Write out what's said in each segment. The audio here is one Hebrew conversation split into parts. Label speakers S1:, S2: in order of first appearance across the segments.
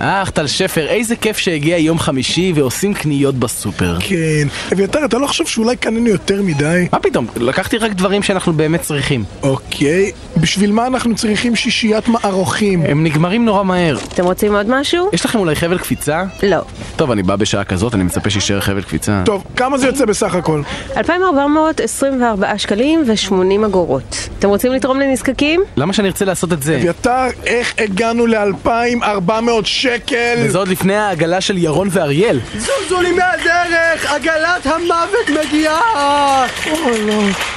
S1: אה, טל שפר, איזה כיף שהגיע יום חמישי ועושים קניות בסופר.
S2: כן. אביתר, אתה לא חושב שאולי קנינו יותר מדי?
S1: מה פתאום, לקחתי רק דברים שאנחנו באמת צריכים.
S2: אוקיי. בשביל מה אנחנו צריכים שישיית מערוכים?
S1: הם נגמרים נורא מהר.
S3: אתם רוצים עוד משהו?
S1: יש לכם אולי חבל קפיצה?
S3: לא.
S1: טוב, אני בא בשעה כזאת, אני מצפה שישאר חבל קפיצה.
S2: טוב, כמה זה יוצא בסך הכל?
S3: 2,424 שקלים ו-80 אגורות. אתם רוצים לתרום לנזקקים?
S1: למה שאני ארצה לעשות את זה?
S2: אביתר, איך הגענו ל-2,400 שקל?
S1: וזה עוד לפני העגלה של ירון ואריאל.
S4: זולזולים מהדרך! עגלת המוות מגיעה!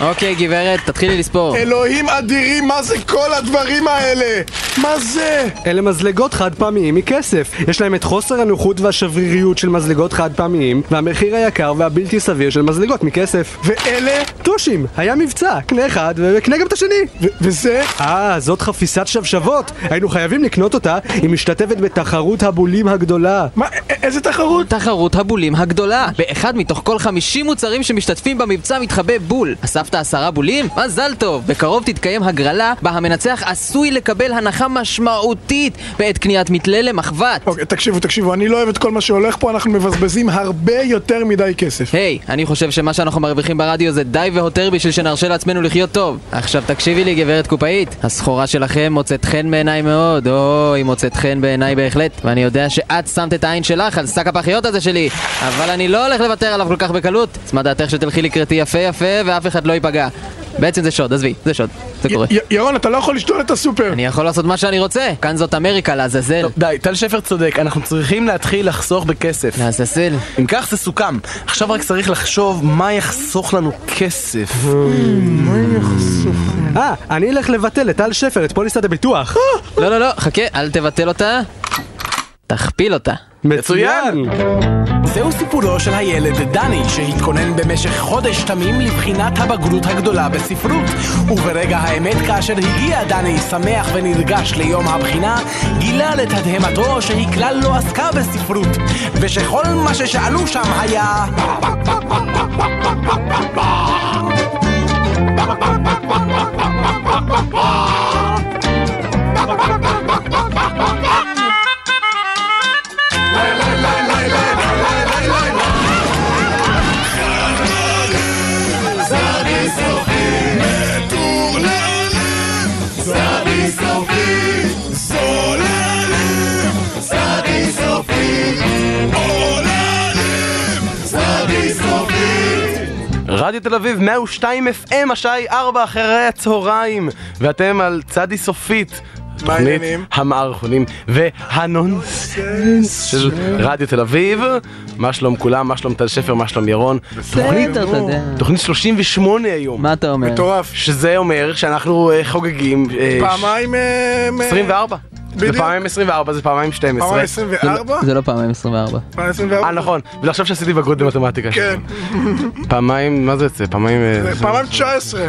S5: אוקיי, גברת, תתחילי לספור.
S2: אלוהים אדירים, מה זה כל הדברים האלה? מה זה?
S4: אלה מזלגות חד פעמיים מכסף. יש להם את חוסר הנוחות והשבריריות של מזלגות חד פעמיים, והמחיר היקר והבלתי סביר של מזלגות מכסף.
S2: ואלה?
S4: טושים, היה מבצע, קנה אחד וקנה גם את השני.
S2: ו- וזה?
S4: אה, זאת חפיסת שבשבות. היינו חייבים לקנות אותה, היא משתתפת בתחרות הבולים הגדולה.
S2: מה, א- איזה תחרות?
S5: תחרות הבולים הגדולה. באחד מתוך כל 50 מוצרים שמשתתפים במבצע מתחבא בול. אספת עשרה בולים? מזל טוב. בקרוב תתקיים הגרלה, בה המנצח עשוי לקבל הנחה משמעותית בעת קניית מתלה למחבת.
S2: אוקיי, תקשיבו, תקשיבו, אני לא אוהב את כל מה שהולך פה, אנחנו מבזבזים הרבה יותר מדי כסף.
S5: היי, אני חושב שמה שאנחנו מרוויחים ברדיו זה די והותר בשביל שנרשה לעצמנו לחיות טוב. עכשיו תקשיבי לי, גברת קופאית. הסחורה שלכם מוצאת חן בעיניי מאוד. או, היא מוצאת חן בעיניי בהחלט. ואני יודע שאת שמת את העין שלך על שק הפחיות הזה שלי. אבל אני לא הולך לוותר עליו כל כך בקלות. אז מה דעתך שתלכי לקראתי יפה יפה ואף אחד לא ייפגע. בעצם זה שוד, עזבי, זה שוד. זה קורה.
S2: י- ירון, אתה לא יכול לשתול את הסופר.
S5: אני יכול לעשות מה שאני רוצה. כאן זאת אמריקה, לעזאזל.
S2: לא.
S1: טוב, די, טל שפר צודק, אנחנו צריכים להתחיל לחסוך בכסף.
S5: לעזאזל.
S1: אם כך זה סוכם, עכשיו רק צריך לחשוב מה יחסוך לנו כסף.
S4: אה, אני אלך לבטל לטל שפר את פוליסת הביטוח.
S5: לא, לא, לא, חכה, אל תבטל אותה. תכפיל אותה.
S4: מצוין!
S1: זהו סיפורו של הילד דני, שהתכונן במשך חודש תמים לבחינת הבגרות הגדולה בספרות. וברגע האמת, כאשר הגיע דני שמח ונרגש ליום הבחינה, גילה לתדהמתו שהיא כלל לא עסקה בספרות, ושכל מה ששאלו שם היה...
S6: רדיו תל אביב 102 FM, השעה היא 4 אחרי הצהריים ואתם על צדי סופית תוכנית
S2: העניינים?
S6: המערכונים והנונסנס של רדיו תל אביב מה שלום כולם, מה שלום טל שפר, מה שלום ירון תוכנית-
S5: בסדר, אתה יודע.
S6: תוכנית 38 היום
S5: מה אתה אומר?
S2: מטורף.
S6: שזה אומר שאנחנו אה, חוגגים אה,
S2: פעמיים... אה, מ-
S6: 24 זה
S2: בדיוק.
S6: פעמיים 24 זה פעמיים 12
S2: פעמיים 24?
S5: זה לא פעמיים 24.
S2: פעמיים 24?
S6: אה נכון, ולחשוב שעשיתי בגרות במתמטיקה
S2: כן.
S6: פעמיים, מה זה יוצא? פעמיים... אה,
S2: זה פעמיים 19.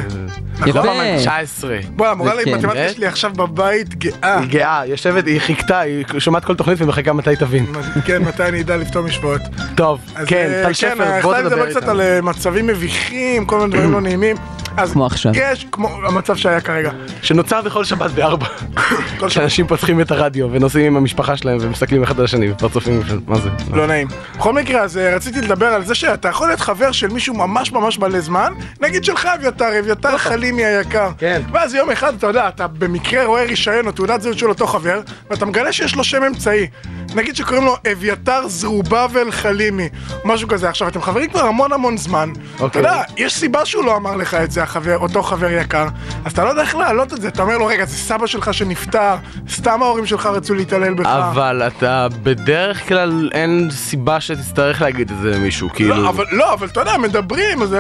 S4: נכון,
S6: לא
S5: יפה.
S6: פעמיים 19
S2: בואי, המורה
S5: זה כן.
S2: למתמטיקה
S6: אה?
S2: שלי עכשיו בבית גאה.
S6: היא גאה, יושבת, היא חיכתה, היא שומעת כל תוכנית ומחכה מתי תבין.
S2: כן, מתי אני אדע לפתור משוואות.
S6: טוב,
S2: אז,
S6: כן,
S2: אה,
S6: טל שפר,
S2: אה,
S6: בוא
S2: סתם
S6: תדבר
S2: נדבר קצת על
S6: איתנו.
S2: אה, מצבים מביכים, כל מיני דברים לא נעימים. אז
S5: כמו עכשיו.
S2: יש, כמו המצב שהיה כרגע.
S6: שנוצר בכל שבת בארבע.
S2: אה, כל שבת.
S6: שאנשים פותחים את הרדיו ונוסעים עם המשפחה שלהם ומסתכלים אחד על השני ופרצופים, של- מה זה?
S2: לא נעים. בכל מקרה, אז אה, רציתי לדבר על זה שאתה יכול להיות חבר של מישהו ממש ממש מלא זמן, נגיד שלך אביתר, אביתר חלימי היקר.
S6: נכון. כן.
S2: ואז יום אחד, אתה יודע, אתה במקרה רואה רישיון או תעודת זהות של אותו חבר, ואתה מגלה שיש לו שם אמצעי. נגיד שקוראים לו אביתר זרובבל חלימי, משהו כזה. עכשיו, אתם חברים כבר המון המון זמן. אתה
S6: אוקיי.
S2: יודע, יש סיבה שהוא לא אמר לך את זה, החבר, אותו חבר יקר. אז אתה לא יודע איך להעלות את זה, אתה אומר לו, רגע, זה סבא שלך שנפטר, סתם ההורים שלך רצו להתעלל בך.
S6: אבל אתה בדרך כלל אין סיבה שתצטרך להגיד את זה למישהו,
S2: לא,
S6: כאילו.
S2: אבל, לא, אבל אתה יודע, מדברים, אז...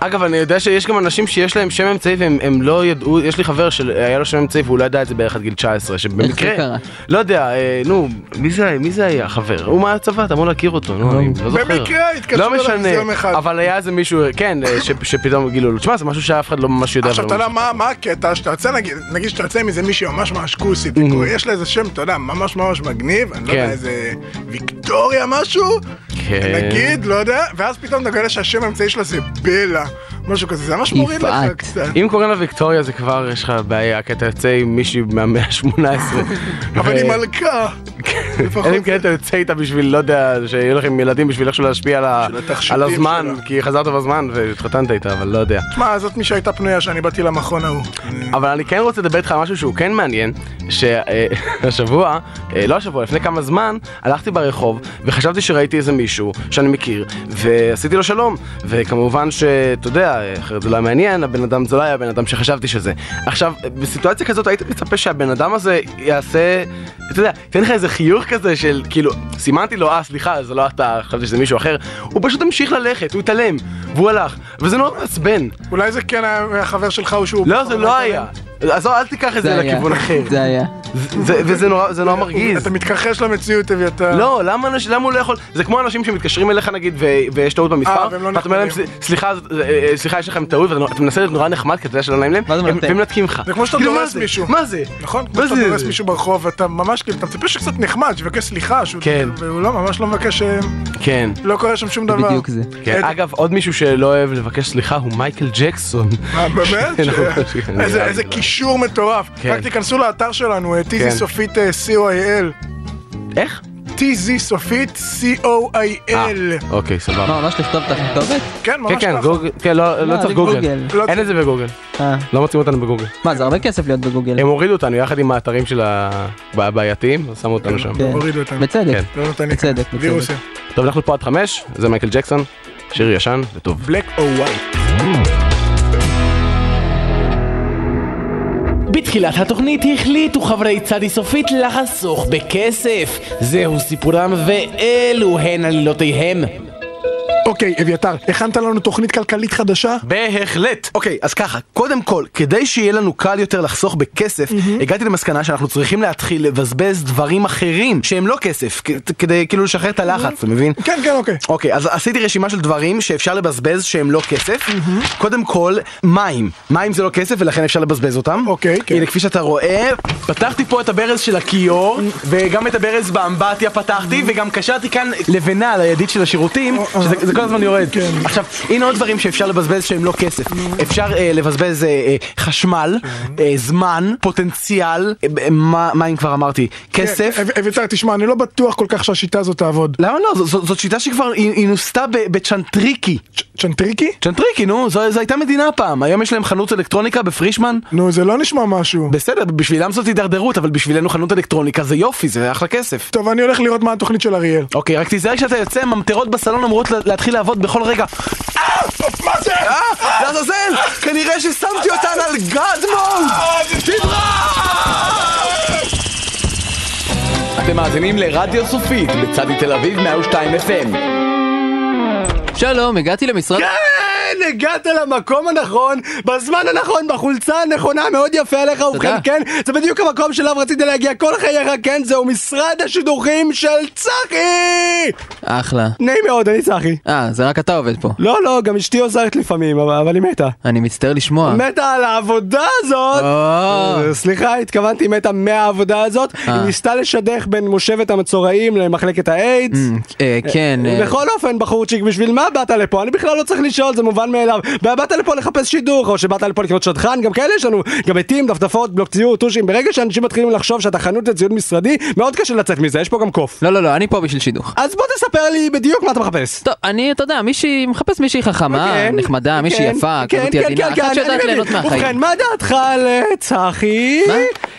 S6: אגב, אני יודע שיש גם אנשים שיש להם שם אמצעי והם הם לא ידעו, יש לי חבר שהיה לו שם אמצעי והוא לא ידע את זה בערך עד גיל 19, שבמקרה...
S5: איך זה קרה?
S6: לא יודע, אה, נו, מי זה, מי זה היה החבר? הוא מהצבא, אתה אמור להכיר אותו, נו, אני לא זוכר.
S2: במקרה התקשרו
S6: לא
S2: אליו
S6: משנה,
S2: איזה יום אחד.
S6: אבל היה איזה מישהו, כן, אה, ש- שפתאום גילו לו, תשמע, זה משהו שאף אחד לא ממש יודע.
S2: עכשיו, אתה
S6: ולא
S2: יודע
S6: ממש-
S2: מה מה הקטע? שאתה יוצא, נגיד, נגיד שאתה יוצא עם איזה מישהי ממש ממש כוסית, יש לה איזה שם, אתה יודע, ממש ממש מגניב, אני לא
S6: Mhm. כן.
S2: יודע, איזה ויקטוריה משהו,
S6: כן.
S2: נגיד, לא יודע, ואז פתאום אתה גולה שהשם האמצעי שלה זה בלה. משהו כזה, זה ממש מוריד לך
S5: יפעת.
S2: קצת.
S6: אם קוראים לה ויקטוריה זה כבר יש לך בעיה, כי אתה יוצא עם מישהי מהמאה אה, ה-18.
S2: אבל היא מלכה. לפחות.
S6: אלא אם כן אתה יוצא איתה בשביל, לא יודע, שיהיו לכם ילדים בשביל איכשהו להשפיע על ה-
S2: של התכשיטים
S6: על הזמן,
S2: שלה.
S6: כי חזרת בזמן והתחתנת איתה, אבל לא יודע.
S2: תשמע, זאת מי שהייתה פנויה שאני באתי למכון ההוא.
S6: אבל אני כן רוצה לדבר איתך על משהו שהוא כן מעניין, שהשבוע, לא השבוע, לפני כמה זמן, הלכתי ברחוב וחשבתי שראיתי איזה מישהו שאני מכיר, ועשיתי לו שלום, וכמובן שאתה יודע, אה, אחרת זה לא היה מעניין, הבן אדם זה לא היה הבן אדם שחשבתי שזה. עכשיו, אה, בסיטואציה כזאת הייתי מצפה שהבן אדם הזה יעשה, אתה יודע, תן לך איזה חיוך כזה של כאילו, סימנתי לו, אה סליחה, זה לא אתה, חשבתי שזה מישהו אחר, הוא פשוט המשיך ללכת, הוא התעלם, והוא הלך, וזה נורא מעצבן.
S2: אולי זה כן היה החבר שלך או שהוא...
S6: לא, זה לא היה. עזוב, אל תיקח את זה
S5: זה היה.
S6: לכיוון אחר.
S5: זה היה.
S6: זה- וזה נורא זה נורא מרגיז.
S2: אתה מתכחש למציאות, אביתר.
S6: לא, למה אנשים- למה הוא לא יכול? זה כמו אנשים שמתקשרים אליך נגיד ו- ויש טעות
S2: אה,
S6: במספר,
S2: והם לא
S6: ואתה אומר להם
S2: נחמדים.
S6: "ס- סליחה, זה- אה, אה, סליחה, יש לכם טעות, ואתה אתה מנסה להיות נורא נחמד כי אתה יודע שלא נעים להם,
S5: ואז הוא
S6: הם-
S5: מנתק.
S6: והם מנתקים לך.
S2: זה כמו שאתה
S6: כאילו, מה
S2: דורס
S6: זה?
S2: מישהו.
S6: מה זה?
S2: נכון? כמו
S6: מה
S2: שאתה
S6: זה?
S2: דורס מישהו ברחוב, ואתה ממש כאילו, אתה מצפה שקצת נחמד, שיבקש סליחה, שהוא...
S6: כן.
S2: והוא לא, ממש לא מבקש... אה,
S6: כן.
S2: לא קורה שם שום דבר.
S5: בדיוק זה.
S6: כן.
S2: אה,
S6: אגב, עוד מישהו שלא אוהב לבקש סליחה הוא מייקל ג'קסון.
S2: אה, באמת?
S6: כן,
S2: ש-
S6: נכון, כן,
S2: איזה-
S6: נראה
S2: איזה
S6: לי,
S2: קישור מטורף.
S6: כן.
S2: רק תיכנסו לאתר שלנו,
S6: כן.
S2: tz סופית אה, co.il.
S6: איך?
S2: tz סופית
S6: אה,
S2: co.il.
S6: אוקיי, סבבה.
S5: מה, ממש לכתוב את הכתובת?
S2: כן, ממש
S6: כן, כן,
S2: ככה.
S6: גוגל, כן, לא לא
S5: לא,
S6: צריך
S5: אני
S6: גוגל.
S5: גוגל.
S2: לא
S6: אין את זה בגוגל.
S5: אה.
S6: לא מוצאים אותנו בגוגל.
S5: מה, זה הרבה כסף להיות בגוגל.
S6: הם הורידו אותנו יחד עם האתרים של ה- הבעייתיים, אז שמו אותנו שם.
S5: כן.
S2: הורידו אותנו.
S5: בצדק.
S6: כן.
S2: לא נותן לי.
S5: בצדק, בצדק.
S2: וירוסים.
S6: טוב, אנחנו פה עד חמש, זה מייקל ג'קסון, שיר ישן וטוב.
S2: בלק או וואי.
S7: בתחילת התוכנית החליטו חברי צדי סופית לחסוך בכסף. זהו סיפורם ואלו הן עלילותיהם.
S2: אוקיי, אביתר, הכנת לנו תוכנית כלכלית חדשה?
S6: בהחלט! אוקיי, אז ככה, קודם כל, כדי שיהיה לנו קל יותר לחסוך בכסף, הגעתי למסקנה שאנחנו צריכים להתחיל לבזבז דברים אחרים שהם לא כסף, כ- כדי כאילו לשחרר את הלחץ, אתה מבין?
S2: כן, כן, אוקיי.
S6: אוקיי, אז עשיתי רשימה של דברים שאפשר לבזבז שהם לא כסף. קודם כל, מים. מים זה לא כסף ולכן אפשר לבזבז אותם.
S2: אוקיי, כן.
S6: הנה, כפי שאתה רואה, פתחתי פה את הברז של הכיור, וגם את הברז באמבטיה פתחתי, וגם קשרתי כאן לבנה על הידית של השירותים, שזה זה כל הזמן יורד. עכשיו, הנה עוד דברים שאפשר לבזבז שהם לא כסף. אפשר אה, לבזבז אה, אה, חשמל, אה, זמן, פוטנציאל, אה, אה, מה- מים כבר אמרתי, כסף.
S2: אב- אביתר, תשמע, אני לא בטוח כל כך שהשיטה הזאת תעבוד.
S6: למה לא? זו- זו- זאת שיטה שכבר היא היא נוסתה ב- בצ'נטריקי.
S2: צ'- צ'נטריקי?
S6: צ'נטריקי, נו, זו, זו הייתה מדינה פעם, היום יש להם חנות אלקטרוניקה בפרישמן.
S2: נו, זה לא נשמע משהו.
S6: בסדר, בשבילם זאת הידרדרות, אבל בשבילנו חנות אלקטרוניקה זה יופי, זה אחלה כסף.
S2: טוב, אני הולך לראות מה התוכנית של אריאל.
S6: אוקיי, רק תיזהר כשאתה יוצא, ממטרות בסלון אמורות לה- להתחיל לעבוד בכל רגע. אה! מה זה? אה! לעזאזל! כנראה ששמתי אותן על גאד מוד! אתם מאזינים לרדיו סופית, בצדי תל אביב 102 FM.
S5: שלום, הגעתי למשרד...
S4: כן, הגעת למקום הנכון, בזמן הנכון, בחולצה הנכונה, מאוד יפה עליך, ובכן כן, זה בדיוק המקום שאליו רצית להגיע כל חייך, כן, זהו משרד השידוכים של צחי!
S5: אחלה.
S4: נעים מאוד, אני צחי.
S5: אה, זה רק אתה עובד פה.
S4: לא, לא, גם אשתי עוזרת לפעמים, אבל אבל היא מתה.
S5: אני מצטער לשמוע.
S4: מתה על העבודה הזאת!
S5: אה.
S4: אה, סליחה, התכוונתי מתה מהעבודה הזאת. היא ניסתה לשדך בין מושבת המצורעים למחלקת האיידס.
S5: אה, כן, אה,
S4: בכל אופן, בחורצ'יק, בשביל מה באת לפה? אני בכלל לא צריך לשאול, זה מובן מאליו. באת לפה לחפש שידוך, או שבאת לפה לקנות שדכן, גם כאלה יש לנו. גם עטים, דפדפות, בלוק ציור, טושים. ברגע שאנשים מתחילים לחשוב שאתה חנות לציוד משרדי, מאוד קשה לצאת מזה, יש פה גם קוף.
S5: לא, לא, לא, אני פה בשביל שידוך.
S4: אז בוא תספר לי בדיוק מה אתה מחפש.
S5: טוב, אני, אתה יודע, מישהי, מחפש מישהי חכמה,
S4: כן,
S5: נחמדה, מישהי
S4: כן,
S5: יפה,
S4: כן,
S5: כזאת
S4: כן,
S5: עדינה,
S4: כן, כן,
S5: אחת שיודעת
S4: אני
S5: ליהנות
S4: מבין. ובכן,
S5: מהחיים.
S4: מה דעתך על אה, צחי?
S5: מה?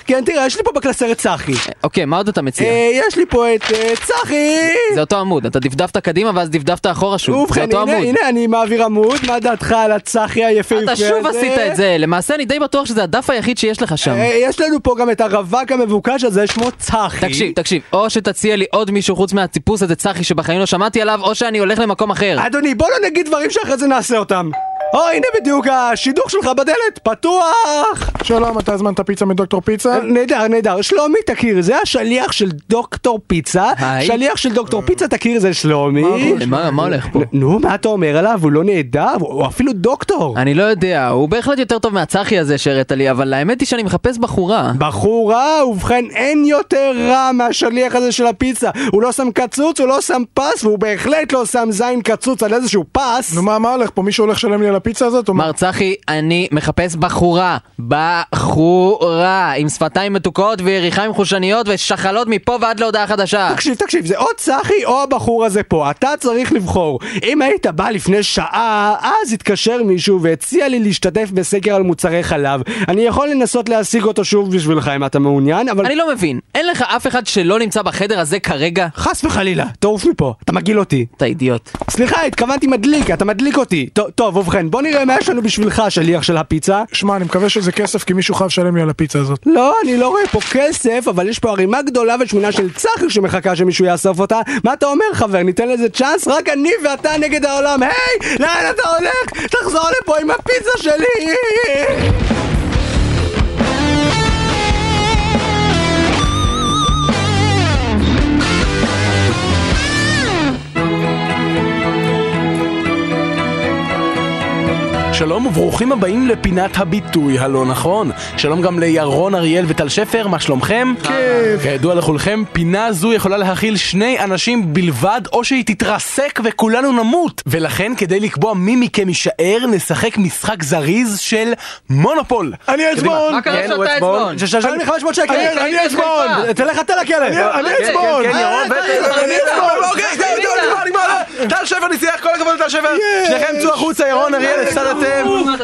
S4: כן, תראה, יש לי פה בקלסרת צחי.
S5: אוקיי, מה עוד אתה מציע?
S4: אה, יש לי פה את אה, צחי!
S5: זה אותו עמוד, אתה דפדפת קדימה ואז דפדפת אחורה שוב, זה
S4: ובכן,
S5: אותו
S4: הנה,
S5: עמוד.
S4: הנה, אני מעביר עמוד, מה דעתך על הצחי היפהפה הזה?
S5: אתה שוב עשית את זה, למעשה אני די בטוח שזה הדף היחיד שיש לך שם.
S4: אה, יש לנו פה גם את הרווק המבוקש הזה, שמו צחי.
S5: תקשיב, תקשיב, או שתציע לי עוד מישהו חוץ מהטיפוס הזה צחי שבחיים לא שמעתי עליו, או שאני הולך למקום אחר.
S4: אדוני, בוא לא נגיד דברים שאחרי זה נעשה אותם. או, הנה בדיוק השידוך שלך בדלת,
S5: אה.
S4: פתוח! אה,
S2: שלום, אתה הזמנת פיצה מדוקטור פיצה?
S7: כן.
S4: נהדר, נהדר. שלומי תכיר, זה השליח של דוקטור פיצה.
S5: היי. אה.
S4: שליח של דוקטור פיצה תכיר זה שלומי.
S2: הבעיה?
S5: מה מה הולך פה?
S4: נו, מה אתה אומר עליו? הוא לא נהדר? הוא הוא אפילו דוקטור.
S5: אני לא יודע, הוא בהחלט יותר טוב מהצחי הזה שהראית לי, אבל האמת היא שאני מחפש בחורה.
S4: בחורה, ובכן אין יותר רע מהשליח הזה של הפיצה. הוא לא שם קצוץ, הוא לא שם פס, והוא בהחלט לא שם זין קצוץ על איזשהו פס.
S2: נו, מה, מה הולך פה? מישהו הולך לשלם לי על הפיצה הזאת? או מה?
S5: מר צחי, אני מחפש בחורה. בחורה. עם שפתיים מתוקות ויריחיים חושניות ושחלות מפה ועד להודעה חדשה.
S4: תקשיב, תקשיב, זה או צחי או הבחור הזה פה, אתה צריך לבחור. אם היית בא לפני שעה, אז התקשר מישהו והציע לי להשתתף בסקר על מוצרי חלב. אני יכול לנסות להשיג אותו שוב בשבילך אם אתה מעוניין, אבל...
S5: אני לא מבין, אין לך אף אחד שלא נמצא בחדר הזה כרגע?
S4: חס וחלילה, תעוף מפה, אתה מגעיל אותי.
S5: אתה אידיוט.
S4: סליחה, התכוונתי מדליק, אתה מדליק אותי. טוב, טוב, ובכן, בוא נראה מה יש לנו בשבילך, שליח של הפיצה.
S2: שמע, אני מקווה שזה כסף, כי מישהו חייב לשלם לי על הפיצה הזאת.
S4: לא, אני לא רואה פה כסף, אבל יש פה ערימה גדולה ושמונה של צחי שמחכה שמישהו יאסוף אותה. מה אתה אומר, חבר? ניתן לזה צ'אנס? רק אני ואתה נגד העולם. היי, לאן אתה הולך? תחזור לפה עם הפיצה שלי!
S1: שלום וברוכים הבאים לפינת הביטוי הלא נכון. שלום גם לירון אריאל וטל שפר, מה שלומכם? כיף. כידוע לכולכם, פינה זו יכולה להכיל שני אנשים בלבד, או שהיא תתרסק וכולנו נמות. ולכן, כדי לקבוע מי מכם יישאר, נשחק משחק זריז של מונופול.
S2: אני עצבון!
S5: מה קרה
S6: כן, הוא
S5: שאתה
S6: עצבון.
S5: עצבון?
S4: ששש, אני 500 שקל!
S2: אני-
S4: אה,
S2: אני
S5: אה,
S2: עצבון!
S5: אה,
S4: תלך אתה לכלא!
S2: אני
S6: כן,
S2: עצבון!
S6: כן, כן, ירון, בטח.
S2: אני עצבון!
S6: טל שפר ניצח, כל הכבוד לטל שפר. שניכם צאו החוצה, ירון אריאל, הפסדתם.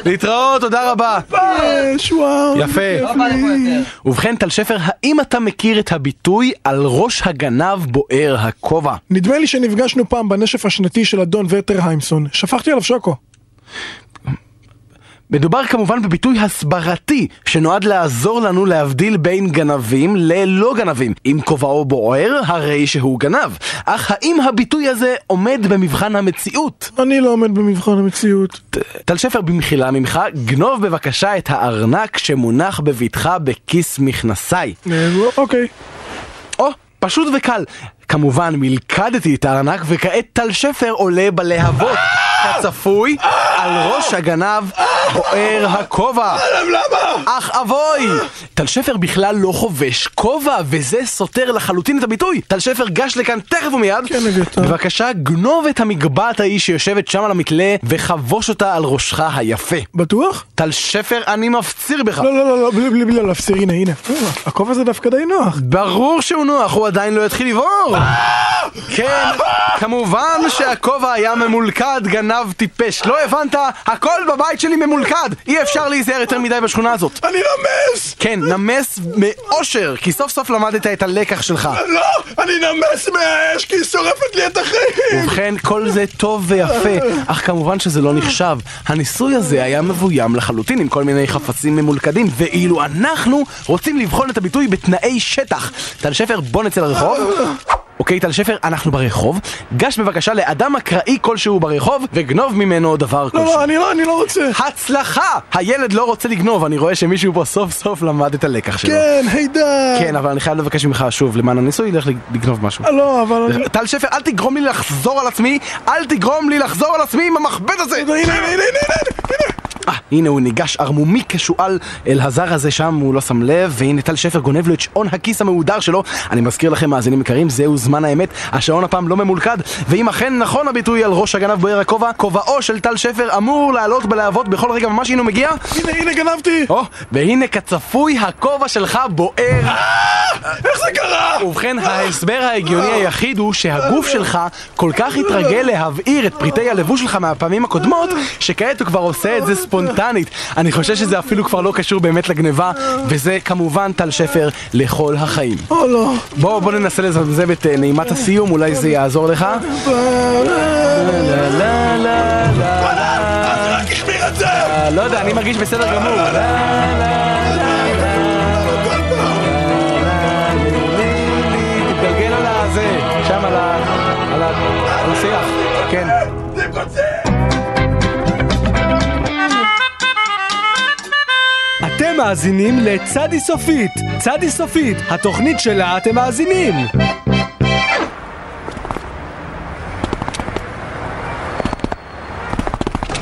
S6: להתראות, תודה רבה.
S2: יש, וואו.
S6: יפה. ובכן, טל שפר, האם אתה מכיר את הביטוי על ראש הגנב בוער הכובע?
S2: נדמה לי שנפגשנו פעם בנשף השנתי של אדון ורטר היימסון. שפכתי עליו שוקו.
S6: מדובר כמובן בביטוי הסברתי שנועד לעזור לנו להבדיל בין גנבים ללא גנבים. אם כובעו בוער, הרי שהוא גנב. אך האם הביטוי הזה עומד במבחן המציאות?
S2: אני לא עומד במבחן המציאות.
S6: טל שפר, במחילה ממך, גנוב בבקשה את הארנק שמונח בבטך בכיס מכנסיי.
S2: אה, אוקיי.
S6: או, פשוט וקל. כמובן, מלכדתי את הארנק, וכעת טל שפר עולה בלהבות. כצפוי, על ראש הגנב בוער הכובע. אך אבוי! טל שפר בכלל לא חובש כובע, וזה סותר לחלוטין את הביטוי. טל שפר גש לכאן תכף ומיד.
S2: כן, אביתר.
S6: בבקשה, גנוב את המגבעת ההיא שיושבת שם על המתלה, וחבוש אותה על ראשך היפה.
S2: בטוח?
S6: טל שפר, אני מפציר בך.
S2: לא, לא, לא, לא, בלי- בלי בלי להפסיר, הנה, הנה. אה, הכובע הזה דווקא די נוח.
S6: ברור שהוא נוח, הוא עדיין לא התחיל לבעור!
S7: אה!
S6: כן, כמובן שהכובע היה ממולכד, גנב טיפש. לא הבנת? הכל בבית שלי ממולכד! אי אפשר להיזהר יותר מדי בשכונה הזאת.
S2: אני נמס!
S6: כן, נמס מאושר, כי סוף סוף למדת את הלקח שלך.
S2: לא! אני נמס מהאש כי היא שורפת לי את החיים!
S6: ובכן, כל זה טוב ויפה, אך כמובן שזה לא נחשב. הניסוי הזה היה מבוים לחלוטין עם כל מיני חפצים ממולכדים, ואילו אנחנו רוצים לבחון את הביטוי בתנאי שטח. טל שפר, בוא נצא לרחוב. אוקיי, טל שפר, אנחנו ברחוב. גש בבקשה לאדם אקראי כלשהו ברחוב, וגנוב ממנו דבר
S2: לא,
S6: כלשהו.
S2: לא, אני לא, אני לא רוצה.
S6: הצלחה! הילד לא רוצה לגנוב, אני רואה שמישהו פה סוף סוף למד את הלקח שלו.
S2: כן, הידה!
S6: כן, אבל אני חייב לבקש ממך שוב, למען הניסוי, לך לגנוב משהו.
S2: אה, לא, אבל... אני-
S6: טל שפר, אל תגרום לי לחזור על עצמי! אל תגרום לי לחזור על עצמי עם המכבד הזה!
S2: הנה, הנה, הנה, הנה, הנה!
S6: אה, הנה הוא ניגש ערמומי כשועל אל הזר הזה שם, הוא לא שם לב, והנה טל שפר גונב לו את שעון הכיס המהודר שלו. אני מזכיר לכם, מאזינים יקרים, זהו זמן האמת, השעון הפעם לא ממולכד, ואם אכן נכון הביטוי על ראש הגנב בוער הכובע, כובעו של טל שפר אמור לעלות בלהבות בכל רגע ממש הנה הוא מגיע.
S2: הנה, הנה, גנבתי!
S6: או, והנה כצפוי הכובע שלך בוער.
S2: איך זה קרה?
S6: ובכן, ההסבר ההגיוני היחיד הוא שהגוף שלך כל כך התרגל להבעיר את פריטי הלבוש שלך מהפעמים הקודמות, שכעת הוא כבר עושה את זה ספונטנית. אני חושב שזה אפילו כבר לא קשור באמת לגניבה, וזה כמובן טל שפר לכל החיים.
S2: או לא.
S6: בואו בוא ננסה לזמזם את אה, נעימת הסיום, אולי זה יעזור לך. לה, לה, לה.
S2: רק החמיר את זה!
S6: אה, לא יודע, אני מרגיש בסדר גמור. לה, לה, לה, לה. תתגלגל על הזה, שם על ה... על ה... על השיח, כן.
S4: אתם מאזינים לצדי סופית. צדי סופית, התוכנית שלה אתם מאזינים.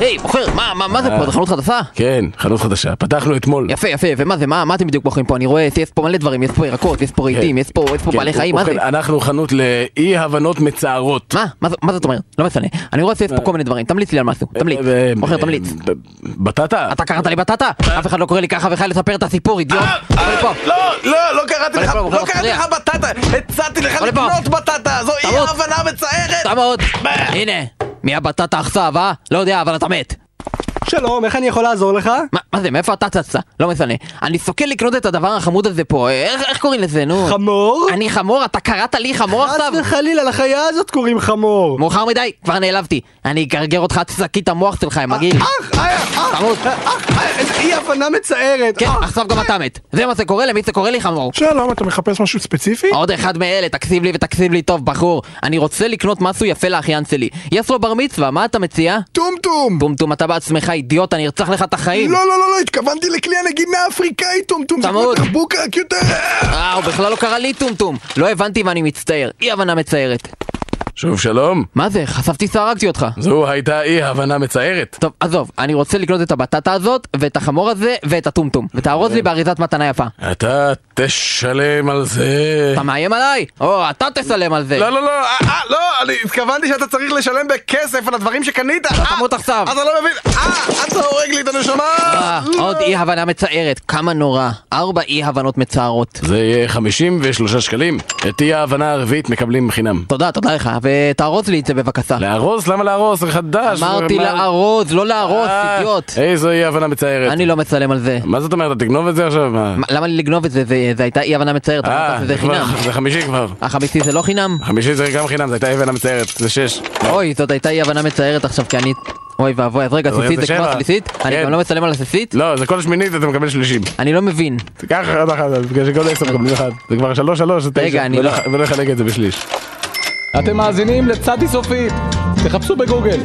S5: היי, מוכר, מה, מה, מה זה
S8: אה.
S5: פה? זה חנות חדשה?
S6: כן, חנות חדשה, פתחנו אתמול.
S5: יפה, יפה, ומה זה, מה, מה אתם בדיוק בוחרים פה? אני רואה, יש פה מלא דברים, יש פה ירקות, יש פה רהיטים, יש פה, יש פה
S6: כן,
S5: בעלי חיים, מה זה?
S6: ובכן,
S8: אה-
S6: אנחנו חנות לאי הבנות מצערות.
S5: מה? מה זה- מה זאת אומרת? לא משנה. אני רואה שיש
S8: אה-
S5: פה כל מיני דברים, תמליץ לי על משהו, תמליץ.
S6: אה,
S5: מוכר,
S6: אה,
S5: תמליץ.
S6: אה, בטטה?
S5: אתה קראת לי בטטה? אף אחד לא קורא לי ככה בכלל לספר את הסיפור, אידיוט. בוא לפה.
S8: אה- לא, לא, לא קראתי
S5: אבל
S8: לך,
S5: פה, הוא
S8: לא
S5: מפריע.
S8: קראתי
S6: אה,
S8: לך בטטה, הצעתי לך
S5: אבל פה.
S8: לקנות בטטה, זו אי
S5: תמות.
S8: הבנה מצערת!
S5: תעמוד. הנה, מי הבטטה עכשיו, אה? לא יודע, אבל אתה מת.
S4: שלום, איך אני יכול לעזור לך?
S5: מה- מה זה, מאיפה אתה צצת? לא משנה. אני שוקל לקנות את הדבר החמוד הזה פה, אה, איך איך קוראים לזה, נו?
S4: חמור?
S5: אני חמור? אתה קראת לי חמור
S4: חס
S5: עכשיו?
S4: וחלילה, לחיה הזאת קוראים חמור.
S5: מאוחר מדי, כבר נעלבתי. אני אגרגר אותך עד שקית המוח שלך, הם מגעיל.
S4: אך, אך, אך,
S5: תמות.
S4: אך, אך, איזה אי הבנה מצערת.
S5: כן,
S4: אך.
S5: עכשיו גם אתה מת. זה מה שקורה למי שקורא לי חמור.
S2: שלום, אתה מחפש משהו ספציפי?
S5: עוד אחד מאלה, תקשיב לי ותקשיב לי טוב, בחור. אני רוצה לקנות משהו יפה לאחיין שלי. יש לו בר מצווה, מה אתה מציע?
S2: טומטום!
S5: טומטום, אתה בעצמך אידיוט, אני ארצח לך את החיים.
S2: לא, לא, לא, לא, התכוונתי לכלי הנגינה האפריקאי, טומטום. זה
S5: צמוד.
S2: כמו טבוקה, רק יותר...
S5: אה, הוא בכלל לא קרא לי טומטום. לא הבנתי ואני מצטער. אי הבנה מצערת.
S6: שוב שלום,
S5: מה זה? חשבתי שהרגתי אותך.
S6: זו הייתה אי הבנה מצערת.
S5: טוב, עזוב, אני רוצה לקנות את הבטטה הזאת, ואת החמור הזה, ואת הטומטום. ותארוז
S8: אוקיי.
S5: לי באריזת מתנה יפה.
S6: אתה תשלם על זה.
S5: אתה מאיים עליי? או, אתה תסלם על זה.
S8: אה. לא, לא, לא, אה, אה, לא, אני התכוונתי שאתה צריך לשלם בכסף על הדברים שקנית, אה,
S5: תמות עכשיו.
S8: אתה לא מבין, אה, אתה הורג לי את הנשמה!
S5: אה, עוד אי הבנה מצערת. כמה נורא. ארבע אי הבנות מצערות.
S6: זה יהיה 53 שקלים. את אי ההבנה הרביעית מקבלים חינם.
S5: תודה, תודה לך, ותארוז לי את זה בבקשה.
S8: לא,
S6: לארוז? למה לארוז? זה חדש.
S5: אמרתי
S6: מה-
S5: לארוז, לא להרוס,
S6: אה,
S5: אידיוט.
S6: איזו אי הבנה
S8: אה.
S6: מצערת.
S5: אני לא מצלם על זה.
S6: מה זאת אומרת? אתה תגנוב את זה עכשיו? מה?
S5: מה, למה לי לגנוב את זה? זה- זה הייתה אי הבנה מצערת,
S6: אה,
S5: אמרת שזה
S6: כבר-
S5: חינם.
S6: זה חמישי כבר.
S5: החמישי זה לא חינם?
S6: חמישי זה גם חינם, זה הייתה אי הבנה מצערת. זה שש.
S5: אוי, זאת הייתה אי הבנה מצערת עכשיו, כי אני... אוי ואבוי, אז רגע,
S6: אז רגע,
S5: עסיסית
S6: זה
S5: זה כמו
S6: שבע.
S5: עסיסית? אני
S6: כן.
S5: גם לא מצלם על עסיסית?
S6: לא, זה כל שמינית אתה מקבל שלישים.
S5: אני לא מבין.
S6: זה ככה אחד אחד, אז בגלל שכל עשר מקבלים אחד. זה כבר שלוש שלוש, זה תשע.
S5: רגע, אני
S6: ולא-
S5: לא-
S6: ולא יחלק את זה בשליש.
S7: אתם מאזינים לצדי סופית, תחפשו בגוגל.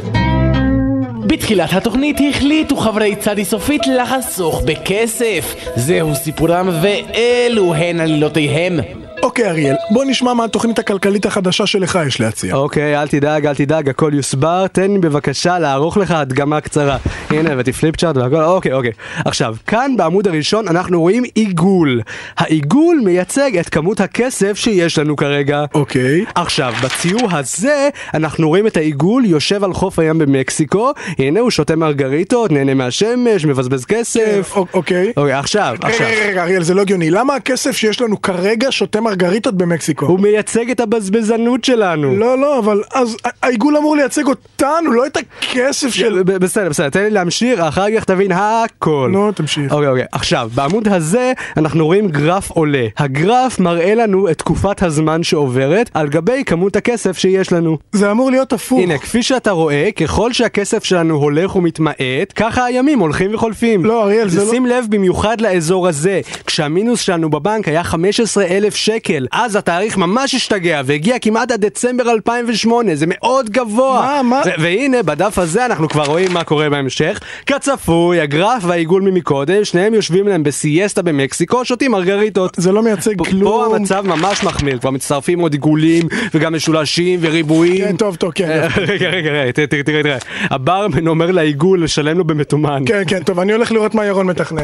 S7: בתחילת התוכנית החליטו חברי צדי סופית לחסוך בכסף. זהו סיפורם ואלו הן עלילותיהם.
S2: אוקיי, אריאל, בוא נשמע מה התוכנית הכלכלית החדשה שלך יש להציע.
S4: אוקיי, אל תדאג, אל תדאג, הכל יוסבר. תן לי בבקשה לערוך לך הדגמה קצרה. הנה, הבאתי פליפצ'ארט והכל, אוקיי, אוקיי. עכשיו, כאן בעמוד הראשון אנחנו רואים עיגול. העיגול מייצג את כמות הכסף שיש לנו כרגע.
S2: אוקיי.
S4: עכשיו, בציור הזה אנחנו רואים את העיגול יושב על חוף הים במקסיקו, הנה הוא שותה מרגריטות, נהנה מהשמש, מבזבז כסף.
S2: א- אוקיי.
S4: אוקיי, עכשיו,
S2: רגע,
S4: עכשיו.
S2: רגע, רגע, אריאל, זה לא הגיוני. למה הכסף שיש לנו כרגע שותה מרגריטות במקסיקו?
S4: הוא מייצג את הבזבזנות שלנו.
S2: לא, לא, אבל אז ה- העיגול אמור לייצג אותנו, לא את הכסף של...
S4: ב- בסדר, בסדר, תן לי להמשיך, אחר כך תבין הכל.
S2: נו, לא, תמשיך.
S4: אוקיי, אוקיי. עכשיו, בעמוד הזה אנחנו רואים גרף עולה. הגרף מראה לנו את תקופת הזמן שעוברת על גבי כמות הכסף שיש לנו.
S2: זה אמור להיות הפוך.
S4: הנה, כפי שאתה רואה, ככל שהכסף שלנו הולך ומתמעט, ככה הימים הולכים וחולפים.
S2: לא, אריאל, זה לא-
S4: שים לב במיוחד לאזור הזה. כשהמינוס שלנו בבנק היה 15,000 שקל, אז התאריך ממש השתגע, והגיע כמעט עד דצמבר 2008, זה מאוד גבוה.
S2: מה, מה?
S4: ו- והנה, בדף הזה אנחנו כבר רואים מה קורה בהמשך. כצפוי, הגרף והעיגול ממקודם, שניהם יושבים להם בסיאסטה במקסיקו, שותים מרגריטות.
S2: זה לא מייצג
S4: פה-
S2: כלום.
S4: פה המצב ממש מחמיר, כבר מצטרפים עוד עיגולים וגם משולשים וריבועים.
S2: כן, טוב, טוב, כן.
S4: אה, רגע, רגע, רגע, ת- תראה, תראה, תראה. הברמן אומר לעיגול לשלם לו במתומן.
S2: כן, כן, טוב, אני הולך לראות מה ירון מתכנן.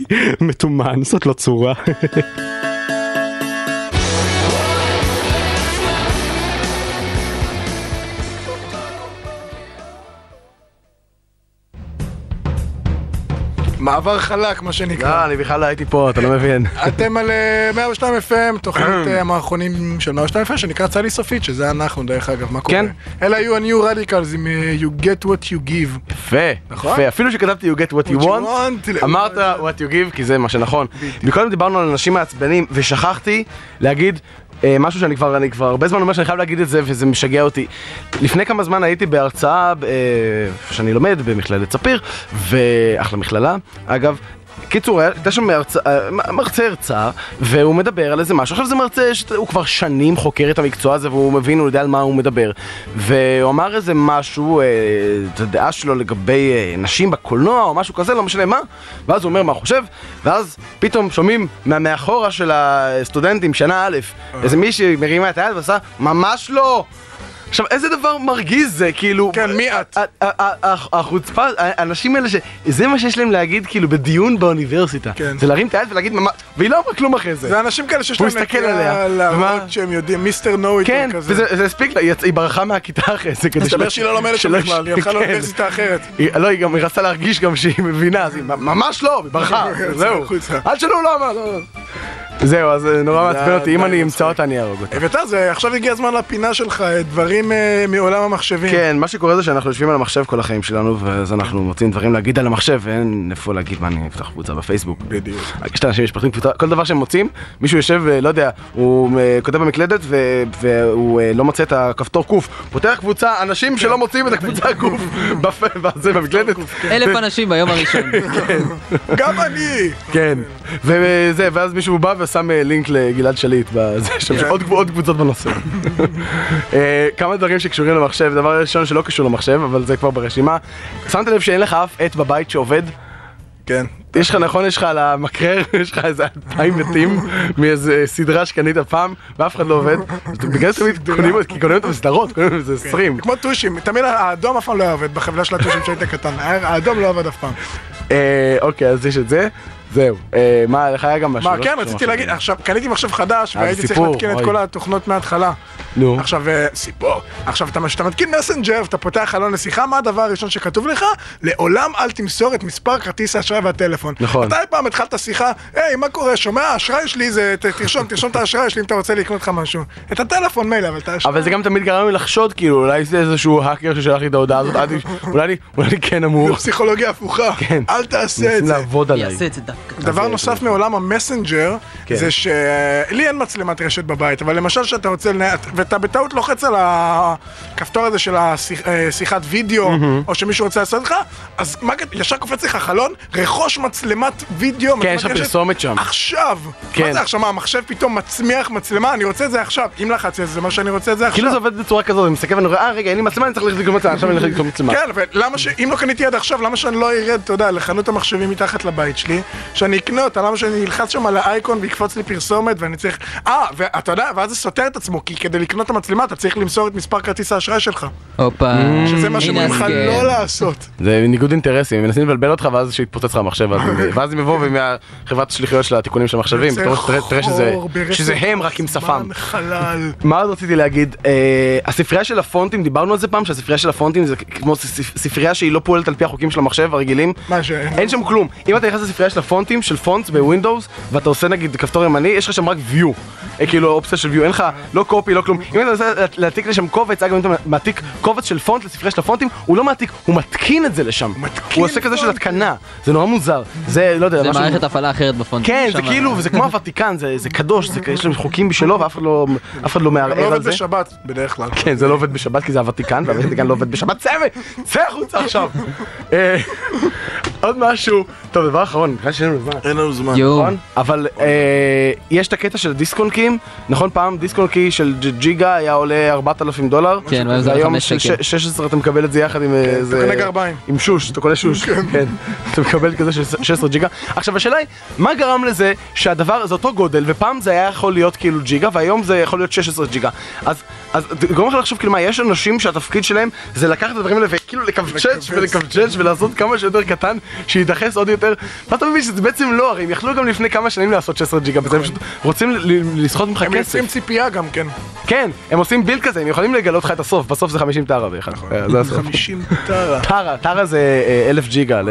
S4: מתומן, זאת לא צורה.
S2: מעבר חלק, מה שנקרא.
S6: לא, אני בכלל לא הייתי פה, אתה לא מבין.
S2: אתם על אה, 102 FM, תוכנית אה, המערכונים של 102 FM, שנקרא צלי סופית, שזה אנחנו, דרך אגב, מה קורה?
S6: כן.
S2: אלה היו ה-new radicals עם אה, you get what you give.
S6: יפה,
S2: נכון?
S6: יפה, אפילו שכתבתי you get what
S2: you
S6: you
S2: want.
S6: want, אמרת what you give, כי זה מה שנכון. מקודם דיברנו על אנשים מעצבנים, ושכחתי להגיד אה, משהו שאני כבר, אני כבר הרבה זמן אומר שאני חייב להגיד את זה, וזה משגע אותי. לפני כמה זמן הייתי בהרצאה, אה, שאני לומד במכללת ספיר, ואחלה מכללה, אגב. קיצור, היה- הייתה שם הרצאה- מ- מרצה הרצאה, והוא מדבר על איזה משהו. עכשיו זה מרצה שהוא כבר שנים חוקר את המקצוע הזה, והוא מבין, הוא יודע על מה הוא מדבר. והוא אמר איזה משהו, אה, את הדעה שלו לגבי אה, נשים בקולנוע או משהו כזה, לא משנה מה, ואז הוא אומר מה הוא חושב, ואז פתאום שומעים מה- מאחורה
S2: אה.
S6: של הסטודנטים, שנה א', איזה מישהי מרימה את היד ועושה, ממש לא! עכשיו, איזה דבר מרגיז זה, כאילו...
S2: כן, מי את?
S6: ה- ה- ה- ה- החוצפה, האנשים האלה ש... זה מה שיש להם להגיד, כאילו, בדיון באוניברסיטה.
S2: כן.
S6: זה להרים את היד ולהגיד, "ממש-" והיא לא אמרה כלום אחרי זה.
S2: זה אנשים כאלה שיש
S6: והוא
S2: להם
S6: הסתכל עליה. ומה?
S2: להראות שהם יודעים, מיסטר נו
S6: כן,
S2: כזה.
S6: וזה זה הספיק לה, היא יצ- היא ברחה מהכיתה אחרי זה כדי
S2: מסתבר שהיא לא לומדת שם
S6: שלא-
S2: בכלל, היא הלכה
S6: כן.
S2: לאוניברסיטה אחרת.
S6: היא- לא, היא גם היא רצתה להרגיש גם שהיא מבינה, אז היא ממש לא, היא ברחה,
S2: יצאה
S6: זהו.
S2: החוצה.
S6: עד שלא, לא אמר, לא, לא. זהו, אז אה, נורא
S2: זה
S6: מעצבן אותי, אם
S2: עדיין
S6: אני
S2: מצחיק.
S6: אמצא אותה אני אהרוג אותה.
S2: אביתר, אה, זה עכשיו הגיע הזמן לפינה שלך, אה, דברים אה, מעולם המחשבים.
S6: כן, מה שקורה זה שאנחנו יושבים על המחשב כל החיים שלנו, ואז אנחנו מוצאים דברים להגיד על המחשב, ואין איפה להגיד מה, אני אפתח קבוצה בפייסבוק.
S2: בדיוק.
S6: יש לאנשים משפחתיים קבוצה, כל דבר שהם מוצאים, מישהו יושב, אה, לא יודע, הוא אה, כותב במקלדת ו- והוא אה, לא מוצא את הכפתור קוף. פותח קבוצה, אנשים שלא מוצאים את הקבוצה קוף, בפ- בזה, במקלדת.
S5: אלף אנשים ביום הראשון.
S2: גם אני!
S6: כן. וזה, ואז מישהו בא ושם אה, לינק לגלעד שליט, בזה, שם
S2: כן.
S6: עוד קבוצ- עוד קבוצות בנושא. אה, כמה דברים שקשורים למחשב, דבר ראשון שלא קשור למחשב, אבל זה כבר ברשימה. שמת לב שאין לך אף עט בבית שעובד?
S2: כן.
S6: יש לך נכון, יש לך על המקרר, יש לך איזה אלפיים מתים מאיזה סדרה שקנית פעם, ואף אחד לא עובד. אז בגלל זה תמיד קונים, כי קונים אותם בסדרות, קונים איזה עשרים.
S2: כמו טושים, תמיד האדום אף פעם לא היה עובד בחבלה של הטושים כשהיית קטן, האדום לא עבד אף פעם.
S6: אה, אוקיי, אז יש את זה, זהו. אה, מה, לך היה גם משהו?
S2: מה,
S6: לא
S2: כן,
S6: קשור
S2: רציתי
S6: משהו.
S2: להגיד, עכשיו, קניתי מחשב חדש,
S6: אה, זה
S2: והייתי צריך
S6: סיפור,
S2: להתקין את
S6: אוי.
S2: כל התוכנות מההתחלה.
S6: נו.
S2: עכשיו, אה, סיפור. עכשיו, אתה- כשאתה מתקין מסנג'ר ואתה פותח חלון לשיחה, מה הדבר הראשון שכתוב לך? לעולם אל תמסור את מספר כרטיס האשראי והטלפון.
S6: נכון.
S2: אתה אי פעם התחלת שיחה, היי, מה קורה, שומע, האשראי שלי זה, ת- תרשום, תרשום את האשראי שלי אם אתה רוצה לקנות לך משהו. את הטלפון מילא, אבל את האשראי.
S6: אבל זה גם תמיד גרם לי לחשוד, כאילו, אולי זה איזשהו האקר ששלח לי את ההודעה הזאת, אל ת- אולי אני- אולי אני כן אמור.
S2: זו פסיכולוגיה הפוכה,
S6: כן.
S2: אל תעשה את
S6: מנסים
S2: זה.
S6: לעבוד עליי.
S5: יעשה את זה דווקא.
S2: דבר נוסף מעולם המסנג'ר,
S6: אה, כן.
S2: זה שלי אין מצלמת רשת בבית, אבל למשל שאתה רוצה לנהל, ואתה בטעות לוחץ על הכפתור הזה של השיח- אה, שיחת וידאו, או שמישהו רוצה לעשות לך, אז מה קט- ישר קופץ לך חלון, רכוש מצלמת וידאו. מצלמת
S6: כן, יש לך
S2: רשת,
S6: פרסומת שם.
S2: עכשיו!
S6: כן.
S2: מה זה עכשיו? מה, המחשב פתאום מצמיח מצלמה? אני רוצה את זה עכשיו. אם לחצתי, אז זה מה שאני רוצה את זה
S6: כאילו
S2: עכשיו.
S6: זה עובד בצורה כזאת, אני מסתכל ואני רואה, אה רגע, אין לי מצלמה, אני צריך ללכת לקנות מצלמה, עכשיו אני הולך לקנות מצלמה.
S2: כן, ולמה ש... אם לא קניתי עד עכשיו, למה שאני לא ארד, אתה יודע, לחנות המחשבים מתחת לבית שלי, שאני אקנה אותה, למה שאני אלחץ שם על האייקון ויקפוץ לי פרסומת ואני צריך... אה, ואתה יודע, ואז זה סותר את עצמו, כי כדי לקנות את המצלמה אתה צריך למסור את מספר כרטיס האשראי שלך,
S6: Mm,
S5: הופה.
S2: שזה מה שאומרים לך
S5: הסגר.
S2: לא לעשות.
S6: זה ניגוד אינטרסים, הם מנסים לבלבל אותך ואז שיתפוצץ לך המחשב, ואז- ואז הם יבואו ומהחברת השליחויות של התיקונים של המחשבים,
S2: זה
S6: אתה רואה- תראה- תראה שזה-
S2: חור ברצף
S6: שזה הם רק עם שפם.
S2: זמן חלל.
S6: מה עוד רציתי להגיד? אה, הספרייה של הפונטים, דיברנו על זה פעם, שהספרייה של הפונטים זה כמו ס- ס- ספרייה שהיא לא פועלת על פי החוקים של המחשב הרגילים.
S2: מה ש-
S6: אין שם כלום. אם אתה נכנס לספרייה של הפונטים, של פונטס בווינדוס, ואתה עושה נגיד כפתור ימני, יש לך שם רק view. אה, כאילו אופציה של view, אין לך לא קופי, לא כלום. אם אתה רוצה לה- להעתיק לשם קובץ, אגב, אם אתה מעתיק קובץ של פונט לספרייה של הפונטים, הוא לא מעתיק, הוא מתקין את זה לשם. הוא עושה כזה של
S2: פונט.
S6: התקנה. זה נורא מוזר. זה, לא יודע,
S5: זה
S6: משהו-
S5: מערכת הפעלה אחרת בפונט.
S6: כן, זה
S5: שם-
S6: כאילו, זה כמו הוותיקן, זה זה קדוש, זה- יש להם חוקים בשלו ואף אחד לא- אף אחד לא
S2: אתה לא
S6: מערער על
S2: עובד
S6: זה.
S2: בשבת, בדרך כלל.
S6: כן, זה לא עובד בשבת כי זה הוותיקן, והוותיקן לא עובד בשבת, צא ו- צא החוצה עכשיו. אה, עוד משהו, טוב, דבר אחרון, נראה שאין לנו זמן.
S2: אין לנו זמן.
S5: יואו.
S6: נכון? אבל אה, יש את הקטע של דיסקונקים, נכון? פעם דיסקונקי של ג- ג'יגה היה עולה 4,000 דולר.
S5: כן, והיום זה עולה
S6: והיום
S5: חמש
S6: של
S5: שקל.
S6: ש- 16 אתה מקבל את זה יחד עם איזה...
S2: כן, אתה קונה גרביים.
S6: עם שוש, אתה קונה שוש. כן. אתה מקבל כזה של 16 ג'יגה. עכשיו השאלה היא, מה גרם לזה שהדבר, זה אותו גודל, ופעם זה היה יכול להיות כאילו ג'יגה, והיום זה יכול להיות 16 ג'יגה. אז אז זה גורם לך לחשוב, כאילו מה, יש אנשים שהתפקיד שלהם זה לקחת את הדברים האלה וכאילו לקבצ'ץ' ולקבצ'ץ' ולעשות כמה שיותר קטן, שידחס עוד יותר. ואתה מבין שזה בעצם לא, הרי הם יכלו גם לפני כמה שנים לעשות 16 ג'יגה, וזה הם פשוט רוצים ל- ל- לסחוט ממך
S2: נכון. הם
S6: כסף.
S2: יוצרים ציפייה גם כן.
S6: כן, הם עושים בילד כזה, הם יכולים לגלות לך את הסוף, בסוף זה 50 טרה דרך אגב.
S2: נכון.
S6: זה הסוף.
S2: 50 טרה.
S6: טרה, טרה זה אה, אלף ג'יגה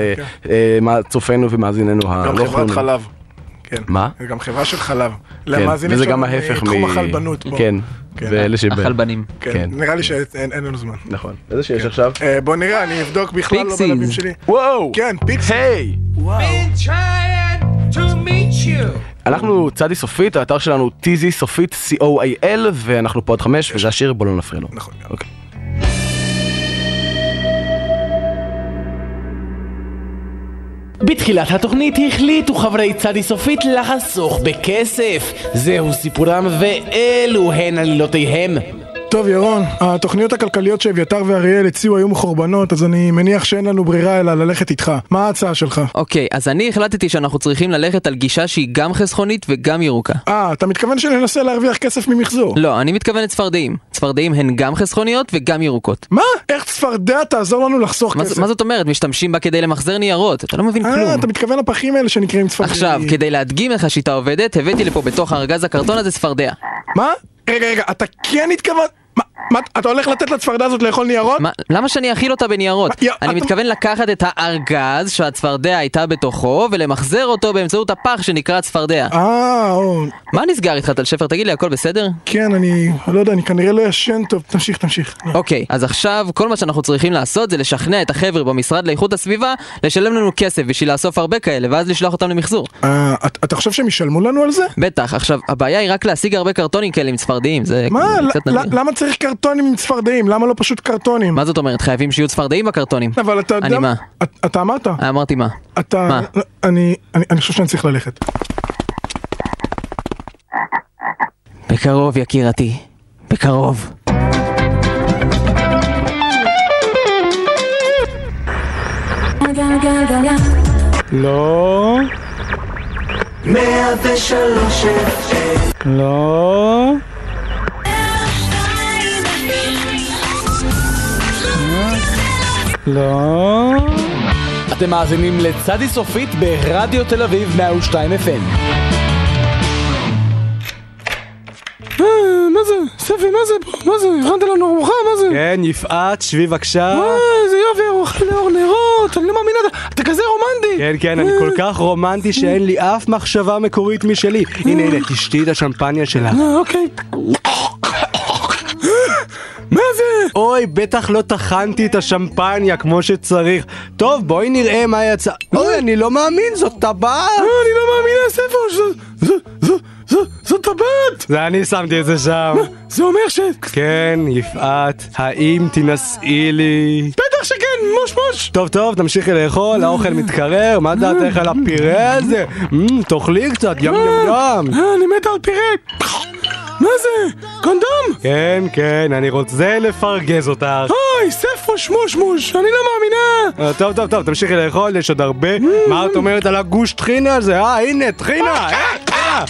S6: לצופינו ומאזיננו
S2: אוקיי.
S6: הלא
S2: גם חברת
S6: כרוניים.
S2: חלב. כן.
S6: לא מה?
S2: זה גם חברה של חלב.
S6: כן,
S2: למאזינים
S6: וזה
S2: שלנו
S6: גם ההפך מ...
S2: מתחום החלבנות פה.
S6: כן,
S2: כן.
S6: ואלה שב...
S5: החלבנים.
S2: כן.
S6: כן.
S2: נראה לי שאין אין לנו זמן.
S6: נכון. איזה שיש עכשיו?
S2: אה, בוא נראה, אני אבדוק בכלל לא
S5: פיקסיז.
S2: בלבים שלי.
S6: וואו!
S2: כן, פיקסיז.
S6: היי! אנחנו צדי סופית, האתר שלנו טיזי סופית co.il ואנחנו פה עד חמש וזה השיר בוא לא נפריע לו.
S2: נכון.
S6: אוקיי.
S7: בתחילת התוכנית החליטו חברי צדי סופית לחסוך בכסף. זהו סיפורם ואלו הן עלילותיהם.
S2: טוב, ירון, התוכניות הכלכליות שאביתר ואריאל הציעו היו מחורבנות, אז אני מניח שאין לנו ברירה אלא ללכת איתך. מה ההצעה שלך?
S5: אוקיי, אז אני החלטתי שאנחנו צריכים ללכת על גישה שהיא גם חסכונית וגם ירוקה.
S2: אה, אתה מתכוון שננסה להרוויח כסף ממחזור.
S5: לא, אני מתכוון לצפרדעים. צפרדעים הן גם חסכוניות וגם ירוקות.
S2: מה? איך צפרדע תעזור לנו לחסוך
S5: מה, ז-
S2: כסף?
S5: מה זאת אומרת? משתמשים בה כדי למחזר ניירות. אתה לא מבין
S2: אוקיי, אה,
S5: כלום.
S2: אתה מתכוון לפחים האלה שנקראים צפרדעים.
S5: עכשיו, כדי להדגים איך השיטה עובדת, הבאתי לפה בתוך ארגז הקרטון הזה צפרדע.
S2: מה? רגע, רגע, אתה כן התכוונת... מה- מה, אתה הולך לתת לצפרדע הזאת לאכול ניירות?
S5: מה, למה שאני אכיל אותה בניירות?
S2: יא,
S5: אני
S2: אתה-
S5: מתכוון לקחת את הארגז שהצפרדע הייתה בתוכו ולמחזר אותו באמצעות הפח שנקרא צפרדע.
S2: אה, או,
S5: מה נסגר איתך, טל שפר? תגיד לי, הכל בסדר?
S2: כן, אני לא יודע, אני כנראה לא ישן טוב. תמשיך, תמשיך. נו.
S5: אוקיי, אז עכשיו כל מה שאנחנו צריכים לעשות זה לשכנע את החבר'ה במשרד לאיכות הסביבה לשלם לנו כסף בשביל לאסוף הרבה כאלה ואז לשלוח אותם למחזור.
S2: אה, אתה- אתה חושב שהם ישלמו לנו על זה?
S5: בטח, עכשיו, הבעיה היא רק להשיג הרבה קרטונים כאלה עם צפרדעים, זה
S2: מה?
S5: קצת
S2: ל-
S5: נדיר.
S2: ל- למה צריך קרטונים עם צפרדעים? למה לא פשוט קרטונים?
S5: מה זאת אומרת? חייבים שיהיו צפרדעים בקרטונים.
S2: אבל אתה יודע...
S5: אני מה?
S2: את- אתה אמרת.
S5: אה, אמרתי מה?
S2: אתה...
S5: מה?
S2: אני אני- אני חושב שאני צריך ללכת.
S5: בקרוב, יקירתי. בקרוב.
S4: לא. לא. לא.
S7: אתם מאזינים לצדי סופית ברדיו תל אביב 102 FM.
S4: אה, מה זה? ספי, מה זה פה? מה זה? הכנת לנו ארוחה? מה זה? כן, יפעת, שבי בבקשה. וואי, איזה יופי, ארוחה לאור נרות. אני לא מאמינה, אתה- אתה כזה רומנטי. כן, כן, אני כל כך רומנטי שאין לי אף מחשבה מקורית משלי. הנה, הנה, תשתי את השמפניה שלך.
S7: אה, אוקיי.
S4: מה זה? אוי, בטח לא טחנתי את השמפניה כמו שצריך. טוב, בואי נראה מה יצא. אוי, אני לא מאמין, זאת טבעת.
S7: אני לא מאמינה, ספר, זו טבעת!
S4: זה אני שמתי את זה שם.
S7: זה אומר ש... אה,
S4: כן, יפעת, האם תינשאי לי?
S7: בטח שכן, מוש מוש!
S4: טוב, טוב, תמשיכי לאכול, האוכל מתקרר, מה דעתך על הפירה הזה? אמ, תאכלי קצת, ים ים ים.
S7: אה, אני מתה על פירה! מה אה, זה? קונדום?
S4: כן, כן, אני רוצה לפרגז אותך.
S7: אוי, ספרוש מוש מוש, אני לא מאמינה!
S4: אה, טוב, טוב, טוב, תמשיכי לאכול, יש עוד הרבה. מה את אומרת על הגוש טחינה הזה? אה, הנה, טחינה! אה, טחינה.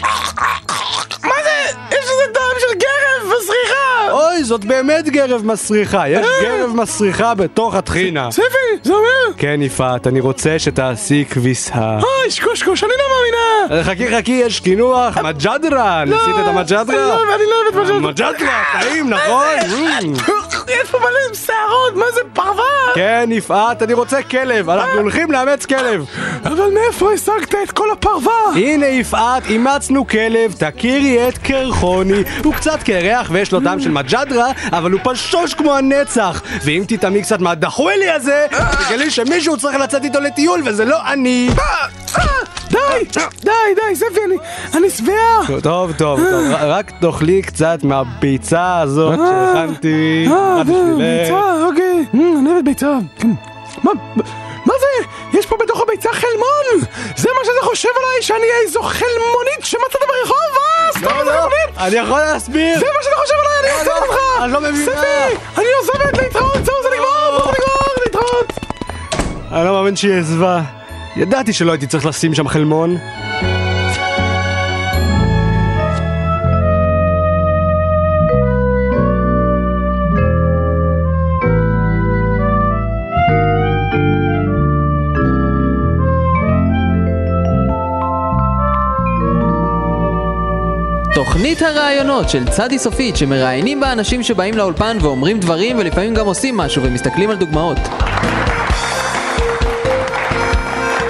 S7: מה זה? יש איזה טעם של גרב וסריחה!
S4: אוי, זאת באמת גרב מסריחה, יש גרב מסריחה בתוך הטחינה.
S7: ספי, אה. זה אומר?
S4: כן, יפעת, אני רוצה שתעשי כביסה.
S7: אוי, שקוש קוש, אני לא מאמינה!
S4: אז חכי חכי, יש קינוח, מג'דרה, ניסית את המג'דרה?
S7: לא, אני לא- אני לא אוהבת מה ש...
S4: מג'דרה, טעים, נכון? אמ.
S7: יש פה מלא שערות, מה זה פרווה?
S4: כן, יפעת, אני רוצה כלב, אנחנו הולכים לאמץ כלב.
S7: אבל מאיפה השגת את כל הפרווה?
S4: הנה יפעת, אימצנו כלב, תכירי את קרחוני. הוא קצת קרח ויש לו טעם של מג'דרה, אבל הוא פשוש כמו הנצח. ואם תטעמי קצת מהדחווילי הזה, תגלי שמישהו צריך לצאת איתו לטיול וזה לא אני.
S7: די! די, די, ספי, אני... אני שבעה!
S4: טוב, טוב, טוב, ר-
S7: אה.
S4: רק תאכלי קצת מהביצה הזאת שהכנתי.
S7: אה,
S4: רק
S7: זה
S4: בשבילך.
S7: ביצה, אוקיי.
S4: אה.
S7: Mm, אני אוהבת ביצה. כן. מה, מה זה? יש פה בתוך הביצה חלמון! זה מה שאתה חושב עליי, שאני איזו חלמונית שמצאת ברחוב? אה, סתם
S4: לא,
S7: איזה
S4: לא,
S7: חלמונית!
S4: אני יכול להסביר.
S7: זה מה שאתה חושב עליי, אני עוזבת אותך!
S4: אני לא מבינה.
S7: ספי, אני עוזבת להתראות, זהו, זה נגמר, זה נגמר, להתראות!
S4: אני לא מאמין שהיא עזבה. ידעתי שלא הייתי צריך לשים שם חלמון.
S5: תוכנית הרעיונות של צדי סופית שמראיינים בה אנשים שבאים לאולפן ואומרים דברים ולפעמים גם עושים משהו ומסתכלים על דוגמאות.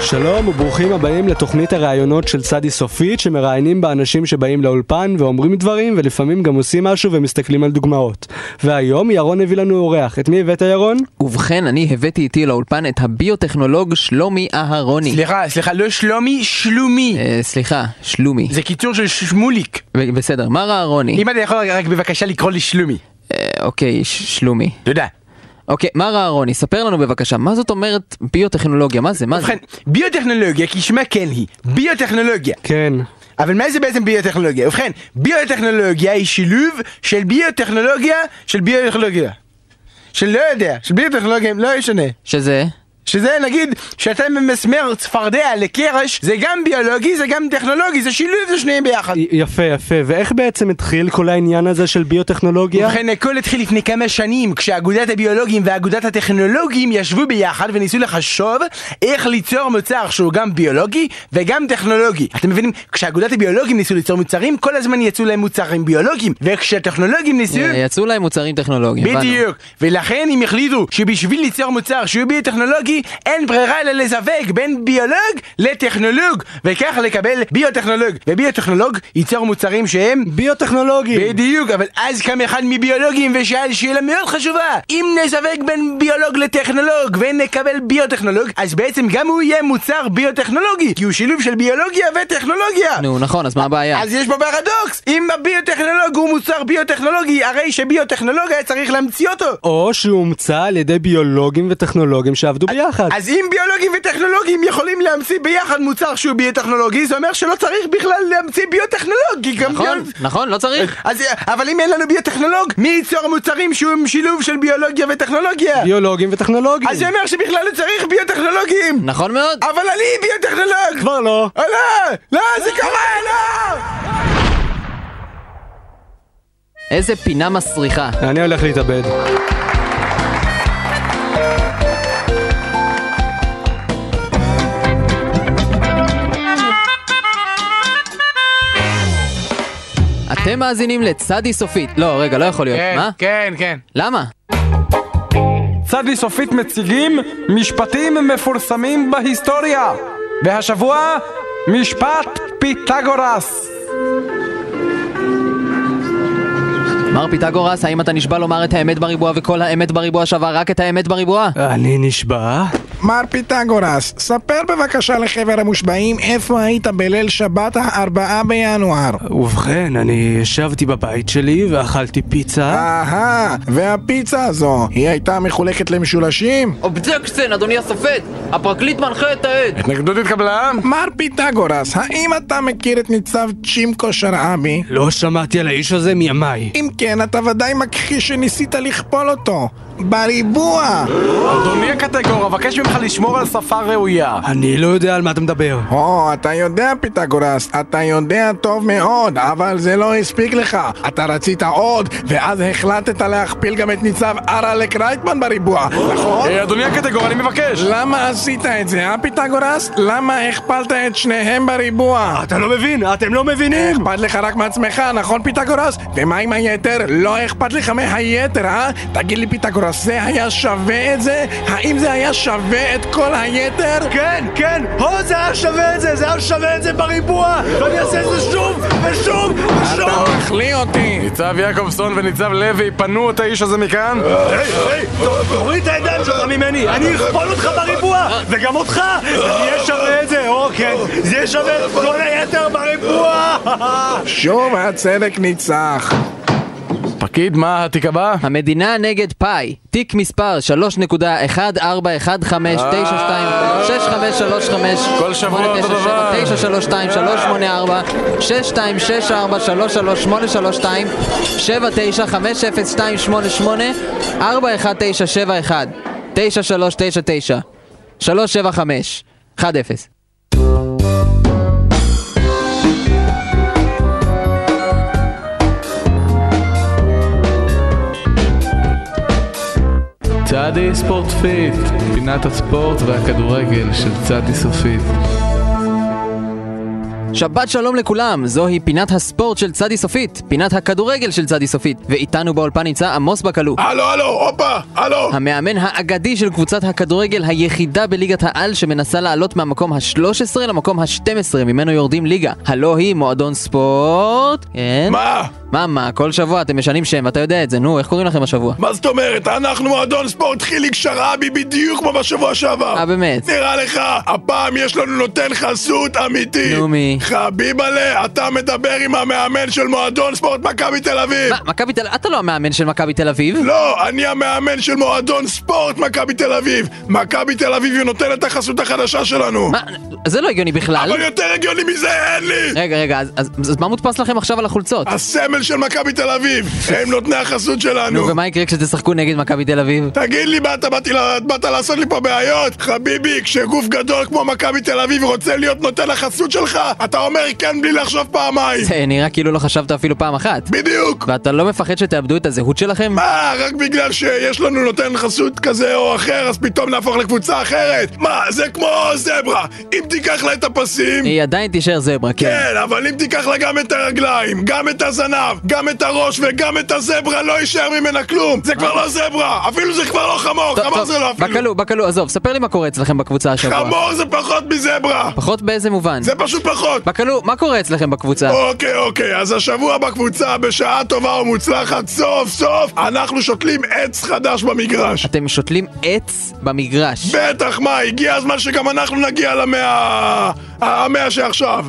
S4: שלום וברוכים הבאים לתוכנית הראיונות של צדי סופית שמראיינים בה אנשים שבאים לאולפן ואומרים דברים ולפעמים גם עושים משהו ומסתכלים על דוגמאות. והיום ירון הביא לנו אורח. את מי הבאת ירון?
S5: ובכן, אני הבאתי איתי לאולפן את הביוטכנולוג שלומי אהרוני.
S6: סליחה, סליחה, לא שלומי, שלומי.
S5: אוקיי. אה, סליחה, שלומי.
S6: זה קיצור של שמוליק.
S5: ב- בסדר, מר אהרוני.
S6: אם אתה יכול רק בבקשה לקרוא לי שלומי.
S5: אה, אוקיי, ש- שלומי.
S6: תודה.
S5: אוקיי, מר אהרוני, ספר לנו בבקשה, מה זאת אומרת ביוטכנולוגיה? מה זה? מה זה?
S6: ובכן, ביוטכנולוגיה, כשמה כן היא, ביוטכנולוגיה.
S4: כן.
S9: אבל מה זה בעצם ביוטכנולוגיה? ובכן, ביוטכנולוגיה היא שילוב של ביוטכנולוגיה של ביוטכנולוגיה. של לא יודע, של ביוטכנולוגיה, לא ישנה.
S5: שזה?
S9: שזה נגיד, שאתה ממסמר צפרדע לקרש, זה גם ביולוגי, זה גם טכנולוגי, זה שילוב זה שניהם ביחד.
S4: י- יפה, יפה. ואיך בעצם התחיל כל העניין הזה של ביוטכנולוגיה?
S9: ובכן, הכל התחיל לפני כמה שנים, כשאגודת הביולוגים ואגודת הטכנולוגים ישבו ביחד וניסו לחשוב איך ליצור מוצר שהוא גם ביולוגי וגם טכנולוגי. אתם מבינים? כשאגודת הביולוגים ניסו ליצור מוצרים, כל הזמן יצאו להם מוצרים ביולוגיים, וכשהטכנולוגים ניסו...
S5: אה, יצאו להם מוצרים טכנולוגיים, הבנו.
S9: בדיוק, ולכן הם החליטו שבשביל ליצור מוצר שהוא ביוטכנולוגי אין ברירה אלא לזווג בין ביולוג לטכנולוג וכך לקבל ביוטכנולוג וביוטכנולוג ייצור מוצרים שהם
S4: ביוטכנולוגיה.
S9: בדיוק, אבל אז קם אחד מביולוגים ושאל שאלה מאוד חשובה אם נזווג בין ביולוג לטכנולוג ונקבל ביוטכנולוג אז בעצם גם הוא יהיה מוצר ביוטכנולוגי כי הוא שילוב של ביולוגיה וטכנולוגיה
S5: נו, נכון, אז מה הבעיה?
S9: אז יש פה פרדוקס! אם הביוטכנולוג הוא מוצר ביוטכנולוגי, הרי שביוטכנולוג היה צריך להמציא אותו!
S4: או שהומצא על ידי ביולוגים וטכנולוגים שעבדו ביחד.
S9: אז אם ביולוגים וטכנולוגים יכולים להמציא ביחד מוצר שהוא ביוטכנולוגי, זה אומר שלא צריך בכלל להמציא ביוטכנולוג, כי גם
S5: נכון,
S9: ביול...
S5: נכון, לא צריך.
S9: אז, אבל אם אין לנו ביוטכנולוג, מי ייצור מוצרים שהוא שילוב של ביולוגיה וטכנולוגיה?
S4: ביולוגים וטכנולוגים.
S9: אז זה אומר שבכלל לא צריך ביוטכנולוגים!
S5: נכון מאוד.
S9: אבל אני ביוטכנולוג!
S4: כבר לא.
S9: אה, לא! לא, זה
S5: אה?
S9: קורה! לא!
S5: איזה פינה מסריחה.
S4: אני הולך להתאבד.
S5: אתם מאזינים לצדי סופית. לא, רגע, לא יכול להיות. מה?
S7: כן, כן.
S5: למה?
S10: צדי סופית מציגים משפטים מפורסמים בהיסטוריה. והשבוע, משפט פיתגורס.
S5: מר פיתגורס, האם אתה נשבע לומר את האמת בריבוע וכל האמת בריבוע שווה רק את האמת בריבוע?
S4: אני נשבע.
S2: מר פיתגורס, ספר בבקשה לחבר המושבעים איפה היית בליל שבת הארבעה בינואר.
S4: ובכן, אני ישבתי בבית שלי ואכלתי פיצה.
S2: אהה, והפיצה הזו, היא הייתה מחולקת למשולשים?
S5: אובג'קשן, אדוני השופט! הפרקליט מנחה את העד!
S8: התנגדות התקבלה?
S2: מר פיתגורס, האם אתה מכיר את ניצב צ'ימקו שרעבי?
S4: לא שמעתי על האיש הזה מימיי.
S2: אם כן, אתה ודאי מכחיש שניסית לכפול אותו. בריבוע!
S8: אדוני הקטגור, אבקש ממך לשמור על שפה ראויה.
S4: אני לא יודע על מה אתה מדבר.
S2: או, אתה יודע, פיתגורס, אתה יודע טוב מאוד, אבל זה לא הספיק לך. אתה רצית עוד, ואז החלטת להכפיל גם את ניצב אראלק רייטמן בריבוע, נכון?
S8: אה, אדוני הקטגור, אני מבקש.
S2: למה עשית את זה, אה, פיתגורס? למה הכפלת את שניהם בריבוע?
S4: אתה לא מבין, אתם לא מבינים!
S2: אכפת לך רק מעצמך, נכון פיתגורס? ומה עם היתר? לא אכפת לך מהיתר, אה? תגיד לי פיתגורס, זה היה שווה את זה? האם זה היה שווה את כל היתר?
S4: כן, כן, הו, זה היה שווה את זה, זה היה שווה את זה בריבוע! ואני אעשה את זה שוב, ושוב, ושוב!
S2: אתה מחליא אותי!
S8: ניצב יעקובסון וניצב לוי פנו את האיש הזה מכאן?
S4: תוריד את הידיים שלך ממני, אני אכפול אותך בריבוע, וגם אותך! זה יהיה שווה את זה, או כן, זה יהיה שווה את כל היתר בריבוע!
S2: שוב הצדק ניצח.
S6: פקיד, מה התיק הבא?
S5: המדינה נגד פאי, תיק מספר 3.1415926535
S6: כל שבוע אותו דבר.
S5: 939-339-389-7399-375-1-0
S7: צעדי ספורט פיט, פינת הספורט והכדורגל של צעדי סופית.
S5: שבת שלום לכולם, זוהי פינת הספורט של צדי סופית, פינת הכדורגל של צדי סופית, ואיתנו באולפן נמצא עמוס בקלו.
S2: הלו, הלו, הופה, הלו!
S5: המאמן האגדי של קבוצת הכדורגל היחידה בליגת העל שמנסה לעלות מהמקום ה-13 למקום ה-12 ממנו יורדים ליגה. הלא היא מועדון ספורט... כן?
S4: אה,
S2: מה?
S5: מה מה? כל שבוע אתם משנים שם ואתה יודע את זה, נו, איך קוראים לכם השבוע?
S2: מה זאת אומרת? אנחנו מועדון ספורט חיליק שרעבי בדיוק כמו בשבוע שעבר.
S5: אה באמת?
S2: נראה לך, הפעם יש לנו נותן חסות אמיתי.
S5: נו, מי?
S2: חביבלה, אתה מדבר עם המאמן של מועדון ספורט מכבי תל אביב!
S5: מה, מכבי תל... אתה לא המאמן של מכבי תל אביב?
S2: לא, אני המאמן של מועדון ספורט מכבי תל אביב! מכבי תל אביב היא נותנת את החסות החדשה שלנו!
S5: מה? זה לא הגיוני בכלל.
S2: אבל יותר הגיוני מזה אין לי!
S5: רגע, רגע, אז, אז, אז מה מודפס לכם עכשיו על החולצות?
S2: הסמל של מכבי תל אביב! הם נותני החסות
S5: אה. נו,
S2: שלנו!
S5: ומה יקרה כשתשחקו נגד מכבי תל אביב?
S2: תגיד לי מה אתה באתי ל- באת לעשות לי פה בעיות? חביבי, כשגוף גדול כמו מכבי תל אביב רוצה להיות נותן החסות שלך, אתה אומר כן בלי לחשוב פעמיים!
S5: זה נראה כאילו לא חשבת אפילו פעם אחת.
S2: בדיוק!
S5: ואתה לא מפחד שתאבדו את הזהות שלכם?
S2: מה, רק בגלל שיש לנו נותן חסות כזה או אחר, אז פתאום נהפוך לקבוצה אחרת? מה, זה כמו זברה, אם תיקח לה את הפסים...
S5: היא עדיין תישאר זברה, כן.
S2: כן, אבל אם תיקח לה גם את הרגליים, גם את הזנב, גם את הראש וגם את הזברה, לא יישאר ממנה כלום! זה כבר לא זברה! אפילו זה כבר לא חמור! חמור זה לא אפילו!
S5: בקלו, בקלו, עזוב, ספר לי מה קורה אצלכם בקבוצה השבוע.
S2: חמור זה פחות מזברה!
S5: פחות באיזה מובן?
S2: זה פשוט פחות!
S5: בקלו, מה קורה אצלכם בקבוצה?
S2: אוקיי, אוקיי, אז השבוע בקבוצה, בשעה טובה ומוצלחת, סוף סוף, אנחנו שותלים עץ חדש במגרש.
S5: אתם שותלים עץ במגרש.
S2: בטח, מה, הגיע הזמן שגם אנחנו נגיע למאה... המאה שעכשיו.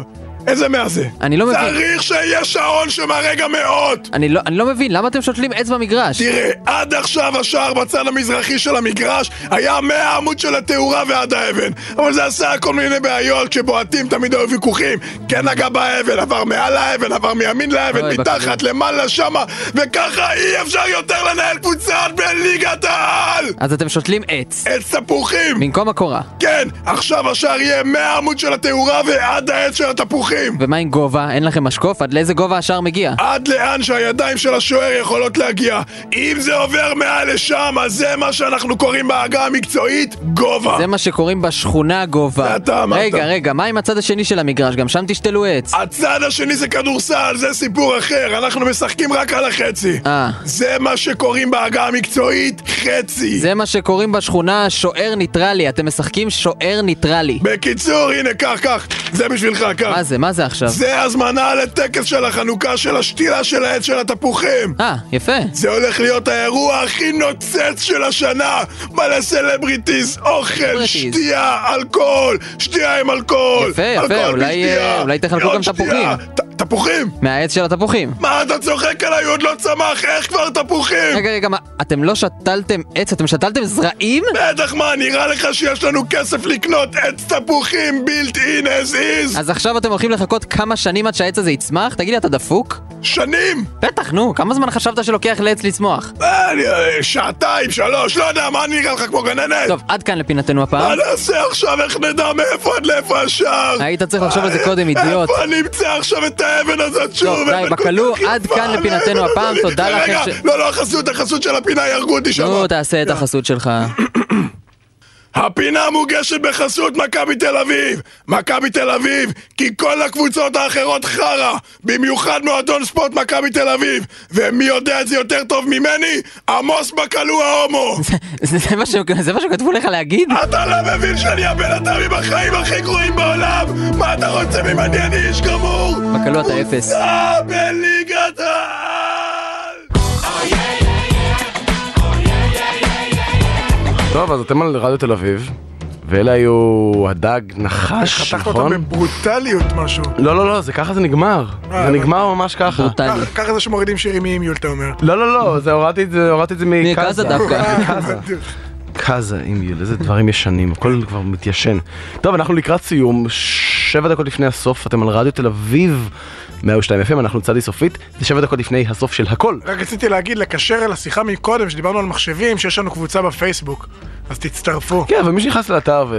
S2: איזה מאה זה?
S5: אני לא מבין.
S2: צריך שיהיה שעון שמראה גם מאות!
S5: אני לא, אני לא מבין, למה אתם שותלים עץ במגרש?
S2: תראה, עד עכשיו השער בצד המזרחי של המגרש היה מהעמוד של התאורה ועד האבן. אבל זה עשה כל מיני בעיות, כשבועטים תמיד היו ויכוחים. כן נגע באבן, עבר מעל האבן, עבר מימין לאבן,
S5: אוי,
S2: מתחת, למעלה, שמה, וככה אי אפשר יותר לנהל קבוצה בליגת העל!
S5: אז אתם שותלים עץ.
S2: עץ תפוחים!
S5: במקום הקורה.
S2: כן, עכשיו השער יהיה מהעמוד של התאורה ועד העץ של התפוחים!
S5: ומה עם גובה? אין לכם משקוף? עד לאיזה גובה השער מגיע?
S2: עד לאן שהידיים של השוער יכולות להגיע. אם זה עובר מעל לשם, אז זה מה שאנחנו קוראים בעגה המקצועית גובה.
S5: זה מה שקוראים בשכונה גובה.
S2: זה אתה אמרת.
S5: רגע, רגע, מה עם הצד השני של המגרש? גם שם תשתלו עץ.
S2: הצד השני זה כדורסל, זה סיפור אחר, אנחנו משחקים רק על החצי.
S5: אה.
S2: זה מה שקוראים בעגה המקצועית חצי.
S5: זה מה שקוראים בשכונה שוער ניטרלי. אתם משחקים שוער ניטרלי.
S2: בקיצור, הנה, קח, קח, זה בשבילך, קח.
S5: מה זה? מה זה עכשיו?
S2: זה הזמנה לטקס של החנוכה של השתילה של העץ של התפוחים.
S5: אה, יפה.
S2: זה הולך להיות האירוע הכי נוצץ של השנה! מלא סלבריטיז, אוכל,
S5: סלבריטיז.
S2: שתייה, אלכוהול, שתייה עם אלכוהול!
S5: יפה, יפה,
S2: אלכוהול
S5: אולי,
S2: בלי שתייה,
S5: אה, אולי תחלקו
S2: עוד
S5: גם
S2: שתייה.
S5: תפוחים.
S2: ת- תפוחים?
S5: מהעץ של התפוחים.
S2: מה אתה צוחק עליי? הוא עוד לא צמח, איך כבר תפוחים?
S5: רגע, רגע, מה? אתם לא שתלתם עץ? אתם שתלתם זרעים?
S2: בטח מה, נראה לך שיש לנו כסף לקנות עץ תפוחים built in as is?
S5: אז עכשיו אתם הולכים לחכות כמה שנים עד שהעץ הזה יצמח? תגיד לי, אתה דפוק?
S2: שנים!
S5: בטח, נו. כמה זמן חשבת שלוקח לעץ לצמוח?
S2: אה, אני- אה, שעתיים, שלוש, לא יודע, מה נראה לך כמו גננת?
S5: טוב, עד כאן לפינתנו
S2: מה
S5: הפעם.
S2: נעשה עכשיו? איך נדע מאיפה עד לאיפה השער?
S5: היית צריך לחשוב על זה קודם, אידיוט.
S2: איפה אני אמצא עכשיו את האבן הזאת שוב?
S5: טוב, די,
S2: אבן כל
S5: בכלוא,
S2: כך יפה,
S5: עד כאן
S2: לאבן
S5: לפינתנו
S2: הזאת
S5: הפעם,
S2: אני
S5: תודה
S2: מתחרה.
S5: לכם
S2: רגע,
S5: ש-
S2: לא, לא, החסות, החסות של הפינה, יהרגו אותי שם.
S5: נו, תעשה את החסות שלך.
S2: הפינה מוגשת בחסות מכבי תל אביב! מכבי תל אביב, כי כל הקבוצות האחרות חרא! במיוחד מועדון ספורט מכבי תל אביב! ומי יודע את זה יותר טוב ממני? עמוס בקלו ההומו!
S5: זה זה מה שהם- זה מה שכתבו לך להגיד?
S2: אתה לא מבין שאני הבן אדם עם החיים הכי גרועים בעולם? מה אתה רוצה ממני? אני איש גמור!
S5: בקלו אתה אפס.
S2: קבוצה בליגת העל!
S9: טוב, אז אתם על רדיו תל אביב, ואלה היו הדג נחש,
S6: חתכת אותם
S9: נכון?
S6: בברוטליות משהו.
S9: לא, לא, לא, זה ככה זה נגמר.
S8: אה,
S9: זה
S8: לא.
S9: נגמר ממש ככה.
S5: ברוטלי.
S6: ככה- ככה זה שמורידים שירים מאימיול, אתה אומר.
S9: לא, לא, לא, זה הורדתי את זה, הורדתי את זה
S5: מקזה
S9: מקאזה.
S5: דווקא.
S9: קאזה. קאזה, אם יהיה, איזה דברים ישנים, הכל כבר מתיישן. טוב, אנחנו לקראת סיום, שבע דקות לפני הסוף, אתם על רדיו תל אביב, 102 FM, אנחנו צדי סופית, זה שבע דקות לפני הסוף של הכל.
S6: רק רציתי להגיד, לקשר אל השיחה מקודם, שדיברנו על מחשבים, שיש לנו קבוצה בפייסבוק. אז תצטרפו.
S9: כן, אבל מי שנכנס לאתר ו...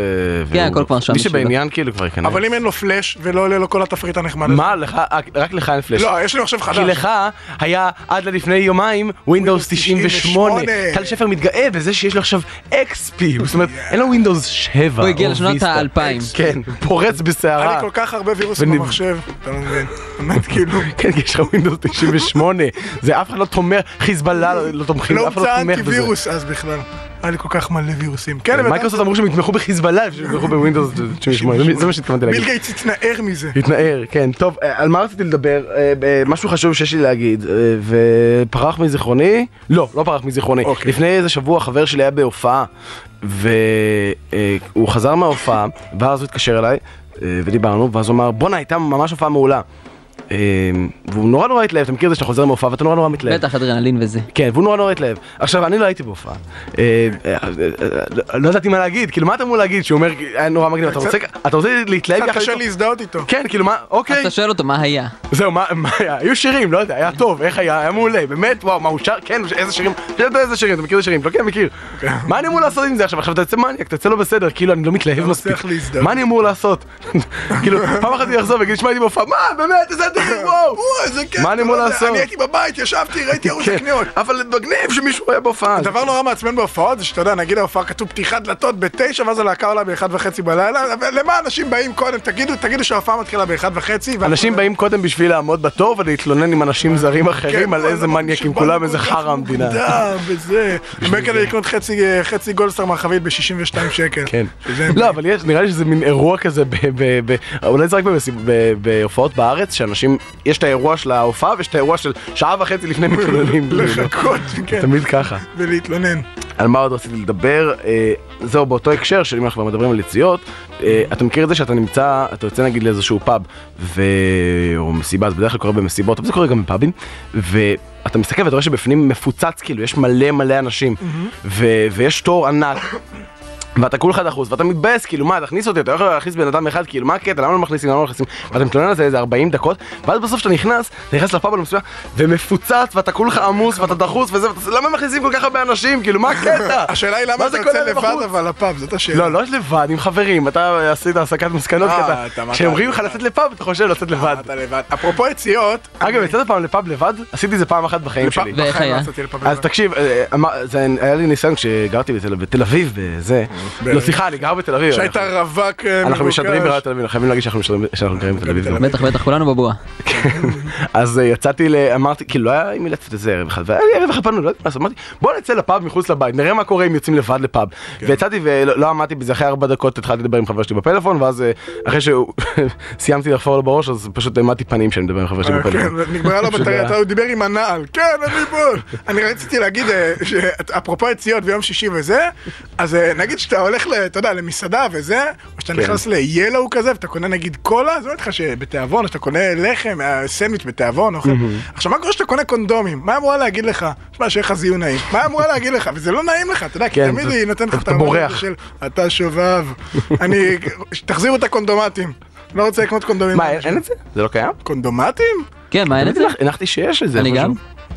S5: כן,
S9: והוא-
S5: הכל כבר שם,
S9: מי
S5: בשבילו.
S9: שבעניין כאילו כבר ייכנס.
S6: אבל אם אין לו פלאש, ולא עולה לו כל התפריט הנחמד הזה.
S9: מה, לך, רק לך אין פלאש.
S6: לא, יש לי מחשב
S9: כי
S6: חדש.
S9: לך היה עד ללפני יומיים Windows 98.
S6: 98.
S9: טל שפר מתגאה בזה שיש לו עכשיו XP, זאת אומרת, אין לו Windows 7.
S5: הוא הגיע
S9: או
S5: לשנות
S9: Vista.
S5: האלפיים.
S9: כן, פורץ
S6: היה
S9: בסערה.
S6: לי כל כך הרבה וירוסים
S9: ונ-
S6: במחשב, אתה לא מבין. באמת, כאילו,
S9: כן, כי יש לך Windows 98. זה אף אחד לא תומך, חיזבאללה לא- לא תומכים,
S6: לא
S9: אף אחד לא
S6: הומצא
S9: תומך בזה.
S6: אנטיווירוס אז בכלל. היה לי כל כך מלא וירוסים. כן, אבל-
S9: מייקרוסופט אמרו שהם יתמכו בחיזבאללה, שהם יתמכו בווינדוס 98, זה מה שהתכוונתי להגיד.
S6: ביל גייטס התנער מזה.
S9: התנער, כן. טוב, אה, על מה רציתי לדבר? אה, אה, משהו חשוב שיש לי להגיד, אה, ופרח מזיכרוני? לא, לא פרח מזיכרוני.
S6: אוקיי.
S9: לפני איזה שבוע חבר שלי היה בהופעה, והוא חזר מההופעה, ואז הוא התקשר אליי,
S6: אה, ודיברנו, ואז הוא אמר, בואנה, הייתה ממש הופעה מעולה. אה, והוא נורא נורא התלהב, אתה מכיר את זה שאתה חוזר מהופעה ואתה נורא נורא מתלהב.
S5: בטח אדרנלין וזה.
S6: כן, והוא נורא נורא התלהב. עכשיו, אני לא הייתי בהופעה. אה, אה, אה, אה, לא ידעתי מה להגיד, כאילו, מה אתה אמור להגיד? שהוא אומר, היה נורא מגניב, אתה רוצה- אתה רוצה להתלהב
S2: קצת
S6: יחד
S2: קשה
S6: איתו?"
S2: להזדהות איתו.
S6: כן, כאילו מה, אוקיי. אתה
S5: שואל אותו מה היה.
S6: זהו, מה מה היה? היו שירים, לא יודע, היה טוב, איך היה? היה מעולה, באמת, וואו, מה הוא שר? כן, איזה שירים? אתה יודע איזה שירים, אתה מכיר איזה שירים? לא, כן, מכיר. מה אני אמור לעשות עם זה עכשיו? עכשיו אתה יוצא מניאק, אתה יוצא לא בסדר, כאילו, אני לא מתלהב מספיק. מה אני אמור לעשות? כאילו, פעם אחת הוא יחזור ויגיד, שמע, הייתי בהופעה, מה, באמת, איזה דיר, וואו.
S11: איזה כיף.
S6: מה אני
S11: אתה
S6: אמור
S11: לא יודע,
S6: לעשות?
S11: אני הייתי בבית, ישבתי, ראיתי ערוץ
S6: כן,
S11: הקניות.
S6: אבל מגניב שמישהו היה בהופעה.
S2: הדבר נורא מעצבן בהופעות זה שאתה יודע, נגיד ההופעה כתוב פתיחת דלתות בתשע, ואז הלהקה עולה באחד וחצי בלילה, אבל למה אנשים באים קודם? תגידו, תגידו שההופעה מתחילה באחד וחצי. ואנחנו-
S6: אנשים באים קודם בשביל לעמוד בתור ולהתלונן עם
S2: כן,
S6: אנשים זרים
S2: כאילו
S6: אחרים על איזה מניאקים כולם, איזה חרא המדינה.
S2: דם וזה. אני כדי לקנות חצי, אה, חצי גולדסטאר מהחבית ב-62 שקל.
S6: כן. לא, אבל יש, נראה לי שזה מין אירוע כזה, ב, ב, ב, אולי זה רק במסיב, ב, בהופעות בארץ, שאנשים, יש את האירוע של ההופעה ויש את האירוע של שעה וחצי לפני מתלוננים.
S2: לחכות, כן.
S6: תמיד ככה.
S2: ולהתלונן.
S6: על מה עוד רציתי לדבר? אה, זהו, באותו הקשר של אם אנחנו כבר מדברים על יציאות, אה, אתה מכיר את זה שאתה נמצא, אתה יוצא נגיד לאיזשהו פאב, ו... או מסיבה, זה בדרך כלל קורה במסיבות, אבל זה קורה גם בפאבים, ואתה מסתכל ואתה רואה שבפנים מפוצץ, כאילו, יש מלא מלא אנשים, ו... ויש תור ענק. ואתה כולך דחוס, ואתה מתבאס, כאילו מה, תכניס אותי, אתה לא יכול להכניס בן אדם אחד, כאילו מה הקטע, למה לא מכניסים, למה לא מכניסים, ואתה מתלונן על זה איזה 40 דקות, ואז בסוף כשאתה נכנס, אתה נכנס לפאב המסוים, ומפוצץ, ואתה כולך עמוס, ואתה דחוס, וזה, ואתה, למה מכניסים כל כך הרבה אנשים, כאילו מה הקטע?
S2: השאלה היא
S6: מה
S2: למה
S6: זה
S2: אתה
S6: כל
S2: יוצא
S6: אלה
S2: לבד
S6: בחוץ?
S2: אבל לפאב, זאת השאלה.
S6: לא, לא לבד, עם חברים, אתה עשית הסקת מסקנות,
S2: אה,
S6: כי
S2: אתה אה,
S6: אתה,
S2: אמרת
S6: כשאומרים לך
S2: לבד.
S6: לצאת לפאב, אתה חושב לצאת לבד.
S2: אתה לבד. אפרופו יציאות,
S6: אגב, יצאת פעם לפאב לבד? עשיתי את זה פעם אחת בחיים
S2: אה, לפאב-
S6: שלי.
S2: בחיים ואיך לא היה? יצאתי לפאב
S6: אז
S2: לבד.
S6: תקשיב, אה, אמר- זה היה לי ניסיון כשגרתי בתל- בתל אביב, בזה. לא, סליחה, אני גר בתל אביב.
S2: שהיית רווק אה,
S6: אנחנו
S2: מבוקש.
S6: משדרים ברדיו תל אביב, אנחנו חייבים להגיד שאנחנו משדרים- שאנחנו גרים בתל
S2: כן,
S6: אביב.
S5: בטח, בטח, כולנו בבועה.
S6: אז אה, יצאתי, ל- אמרתי, כאילו לא היה עם מי לצאת איזה ערב אחד, והיה לי ערב אחד פנוי, לא יודעת מה, אז אמרתי, בוא נצא לפאב מחוץ לבית, נראה מה קורה אם יוצאים לבד לפאב.
S2: כן.
S6: ויצאתי ולא לא עמדתי בזה, אחרי ארבע דקות התחלתי לדבר עם חבר שלי בפלאפון, ואז אה, אחרי שסיימתי לחפור לו בראש, אז פשוט העמדתי פנים שאני מדבר עם חבר שלי
S2: אה, כן,
S6: בפלאפון.
S2: נגמרה לו
S6: פשוט היה-
S2: בטריה, הוא דיבר עם הנעל, כן, אני פה. אני רציתי להגיד, אה, שאת- אפרופו יציאות ויום שישי וזה, אז אה, נגיד שאתה הולך, ל- אתה יודע, למסעדה וזה, או שאתה
S6: כן.
S2: נכנס ל-Yellow כזה, ואתה קונה נגיד קולה, אז אומר לך שבתיאבון, שאתה קונה לחם, אה, סנדוויץ' בתיאבון, אוכל. עכשיו, מה קורה שאתה קונה קונדומים? מה אמורה להגיד לך? שמע, שיהיה לך זיון נעים. מה אמורה להגיד לך? וזה לא נעים לך, אתה יודע, כי
S6: כן,
S2: תמיד
S6: אתה-
S2: היא נותנת
S6: אתה
S2: לך את המראות
S6: בורח.
S2: הזה של, אתה שובב, אני, תחזירו את הקונדומטים. לא רוצה לקנות קונדומים.
S6: מה, אין- אין את זה? זה לא קיים?
S2: קונדומטים?
S5: כן, מה, אין את זה?
S6: הנחתי שיש את זה.
S5: אני
S6: איפשהו.
S5: גם?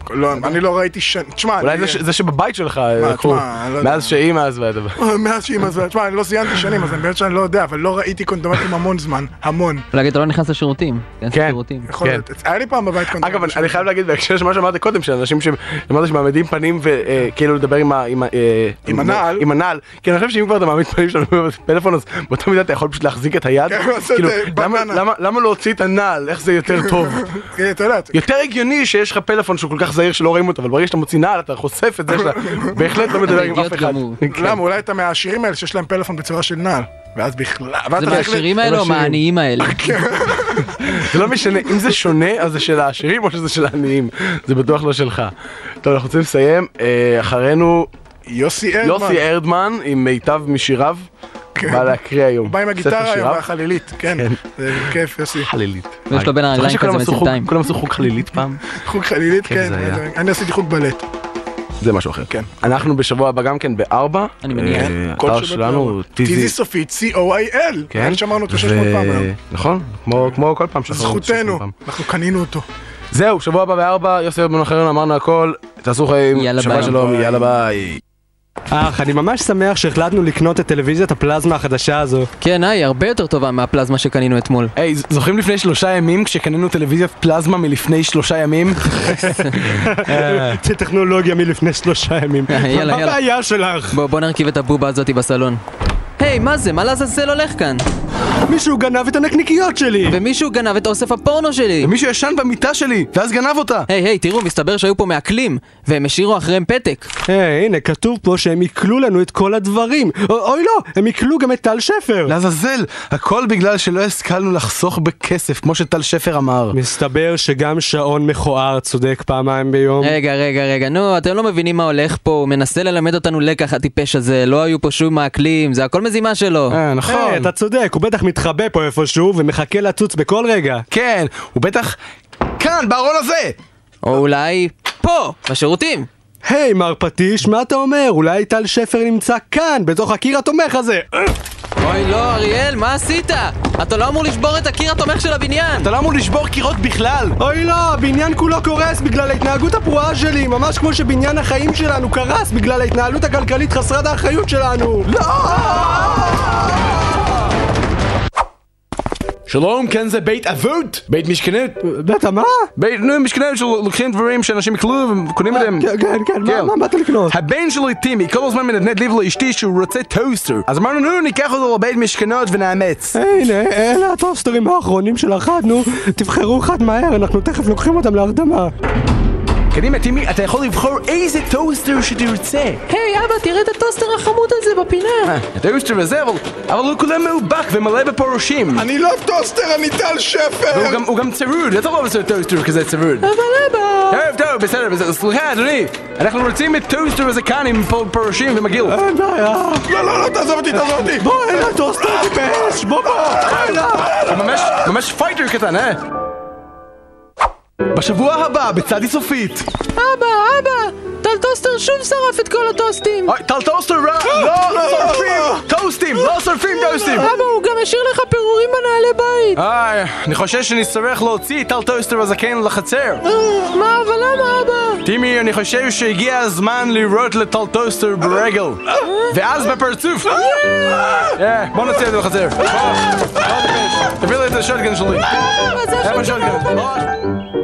S2: לא, אני לא ראיתי שנים. תשמע,
S6: אולי
S2: אני-
S6: זה ש- אה, זה שבבית שלך
S2: מה,
S6: לקחו,
S2: תשמע, אני לא יודע.
S6: מאז שאימא עזבה את הבית.
S2: מאז שהיא מזמן, תשמע, אני לא סיימתי שנים, אז אני באמת שאני לא יודע, אבל לא ראיתי קונדומטים המון זמן, המון.
S5: להגיד, אתה לא נכנס לשירותים. כן. לשירותים.
S2: יכול להיות, היה לי פעם בבית קונדומטים.
S6: אגב, אני- אני חייב להגיד בהקשר של מה שאמרת קודם, שאנשים שאמרת שמעמדים פנים וכאילו לדבר עם ה- עם ה- אה, עם-
S2: הנעל.
S6: עם הנעל, כי אני חושב שאם כבר אתה מעמיד פנים שלנו בפלאפון, אז באותה מידה אתה יכול פשוט להחזיק את היד,
S2: כן, לעשות,
S6: כאילו,
S2: אה,
S6: למה-
S2: בננה.
S6: למה- למה להוציא את הנעל, איך זה יותר טוב.
S2: כן, אתה יודע, אתה-
S6: יותר הגיוני שיש לך פלאפון שהוא כל כך זהיר שלא רואים אותו, אבל ברגע שאתה מוציא נעל אתה חושף את זה שאתה בהחלט לא מדבר עם אף אחד. כן.
S2: למה, אולי אתה מהעשירים האלה שיש להם פלאפון בצורה של נעל, ואז בכלל, ואז אתה
S5: זה
S2: הולך ל-
S5: מהשירים האלה או
S6: הם עשירים.
S5: מהעניים האלה?
S6: אה, זה לא משנה, אם זה שונה, אז זה של העשירים או שזה של העניים. זה בטוח לא שלך. טוב, אנחנו רוצים לסיים. אה, אחרינו...
S2: יוסי ארדמן.
S6: יוסי ארדמן עם מיטב משיריו. בא להקריא היום.
S2: הוא בא עם
S6: ספר
S2: הגיטרה היום
S6: שיריו.
S2: והחלילית, כן, זה כיף, יוסי.
S6: חלילית.
S5: ויש לו בין
S6: זוכר
S5: הרגליים
S6: אה, שכולם
S5: כזה
S6: עשו חוג-
S5: מסרטיים.
S6: כולם עשו חוג חלילית פעם?
S2: חוג חלילית,
S6: כן,
S2: כן,
S6: זה היה.
S2: זה- אני עשיתי חוג בלט.
S6: זה משהו אחר.
S2: כן.
S6: אנחנו בשבוע הבא גם כן בארבע.
S5: אני מניח.
S6: אה,
S2: כן, כל
S6: האתר
S2: שבוע
S6: שלנו,
S2: טיזי
S6: טיזי.
S2: סופית, C-O-I-L.
S6: כן.
S2: כן. שמרנו אותו 600
S6: ו-
S2: פעם היום.
S6: נכון, כמו- כמו כל פעם שאנחנו...
S2: זכותנו, אנחנו קנינו אותו.
S6: זהו, שבוע הבא בארבע, יוסי ארדמן אחרינו, אמרנו הכל. תעשו חיים,
S5: יאללה,
S6: שבת
S5: ביי.
S6: שלום, יאללה ביי.
S4: אך, אני ממש שמח שהחלטנו לקנות את טלוויזיית הפלזמה החדשה הזו.
S5: כן, היי, הרבה יותר טובה מהפלזמה שקנינו אתמול.
S10: היי, ז- זוכרים לפני שלושה ימים כשקנינו טלוויזיה פלזמה מלפני שלושה ימים?
S4: זה טכנולוגיה מלפני שלושה ימים.
S5: יאללה,
S4: מה
S5: יאללה.
S4: הבעיה שלך?
S5: בוא, בוא נרכיב את הבובה הזאתי בסלון. היי, מה זה? מה לעזאזל הולך כאן?
S4: מישהו גנב את הנקניקיות שלי!
S5: ומישהו גנב את אוסף הפורנו שלי!
S10: מישהו ישן במיטה שלי, ואז גנב אותה.
S5: היי, היי, תראו, מסתבר שהיו פה מעקלים, והם השאירו אחריהם פתק.
S4: היי, אה, הנה, כתוב פה שהם עיקלו לנו את כל הדברים. או- אוי לא, הם עיקלו גם את טל שפר!
S10: לעזאזל, הכל בגלל שלא השכלנו לחסוך בכסף, כמו שטל שפר אמר.
S4: מסתבר שגם שעון מכוער צודק פעמיים ביום.
S5: רגע, רגע, רגע, נו, אתם לא מבינים מה הולך פה, הוא מנסה ללמד אותנו לקח הטיפש הזה, לא היו פה שום מעקלים, זה הכל מזימה שלו.
S10: אה,
S4: היי,
S10: נכון.
S4: אתה צודק, הוא בטח מתחבא פה איפשהו ומחכה לצוץ בכל רגע.
S9: כן, הוא בטח... כאן, בארון הזה!
S5: או אולי פה, בשירותים.
S4: היי, מר פטיש, מה אתה אומר? אולי טל שפר נמצא כאן, בתוך הקיר התומך הזה. אה,
S5: אוי לא, אריאל, מה עשית? אתה לא אמור לשבור את הקיר התומך של הבניין!
S9: אתה לא אמור לשבור קירות בכלל!
S4: אוי לא, הבניין כולו קורס בגלל ההתנהגות הפרועה שלי, ממש כמו שבניין החיים שלנו קרס בגלל ההתנהלות הכלכלית חסרת האחריות שלנו! לא!
S12: שלום,
S9: כן,
S12: כאן זה בית אבות! בית משכנות!
S4: בית מה?
S9: בית, נו, משכנות שלוקחים דברים שאנשים יקלו וקונים אותם.
S4: כן, כן, כן, מה- מה באת לקנות?
S9: הבן שלי, טימי, כל הזמן מנדנד ליב לאשתי שהוא רוצה טוסטר. אז אמרנו, נו, ניקח אותו לבית משכנות ונאמץ.
S4: אה, הנה, אלה הטוסטרים האחרונים של אחת, נו, תבחרו אחת מהר, אנחנו תכף לוקחים אותם להרדמה.
S9: קדימה, טימי, אתה יכול לבחור איזה טוסטר שתרצה.
S5: היי, אבא, תראה את הטוסטר החמוד הזה בפינה!
S9: הטוסטר אה, הזה, אבל אבל הוא כולו מאובק ומלא בפורשים.
S2: אני לא טוסטר, אני טל שפר!
S9: והוא גם- הוא גם צרוד, אתה לא רוצה טוסטר כזה צרוד.
S5: אבל אבא!
S9: טוב, טוב, בסדר, בסדר, סליחה, אדוני. אנחנו רוצים את טוסטר הזה כאן עם פול- פורשים ומגעיל.
S4: אין בעיה.
S2: לא, לא, לא, תעזוב אותי, תעזוב אותי! אה,
S4: בוא, אלה הטוסטר טיפש, בוא, בוא, אלה.
S9: הוא אה, ממש, ממש פייטר קטן, אה? בשבוע הבא, בצדי סופית.
S5: אבא, אבא! טל טוסטר שוב שרף את כל הטוסטים!
S9: אוי, טל טוסטר רע, לא שורפים טוסטים, לא שורפים טוסטים.
S5: אבא, הוא גם השאיר לך פירורים בנעלי בית!
S9: איי, אני חושש שנצטרך להוציא את טל טוסטר הזקן לחצר.
S5: אה, מה, אבל למה, אבא?
S9: טימי, אני חושב שהגיע הזמן לירות לטל טוסטר ברגל. ואז בפרצוף. אה, בוא נוציא את זה לחצר. בוא, בוא, בבקשה. תביא לי את השולגן שלי.
S5: אבא, אה! זה
S9: איפה
S5: השם שלו!
S9: השולגן? בוא.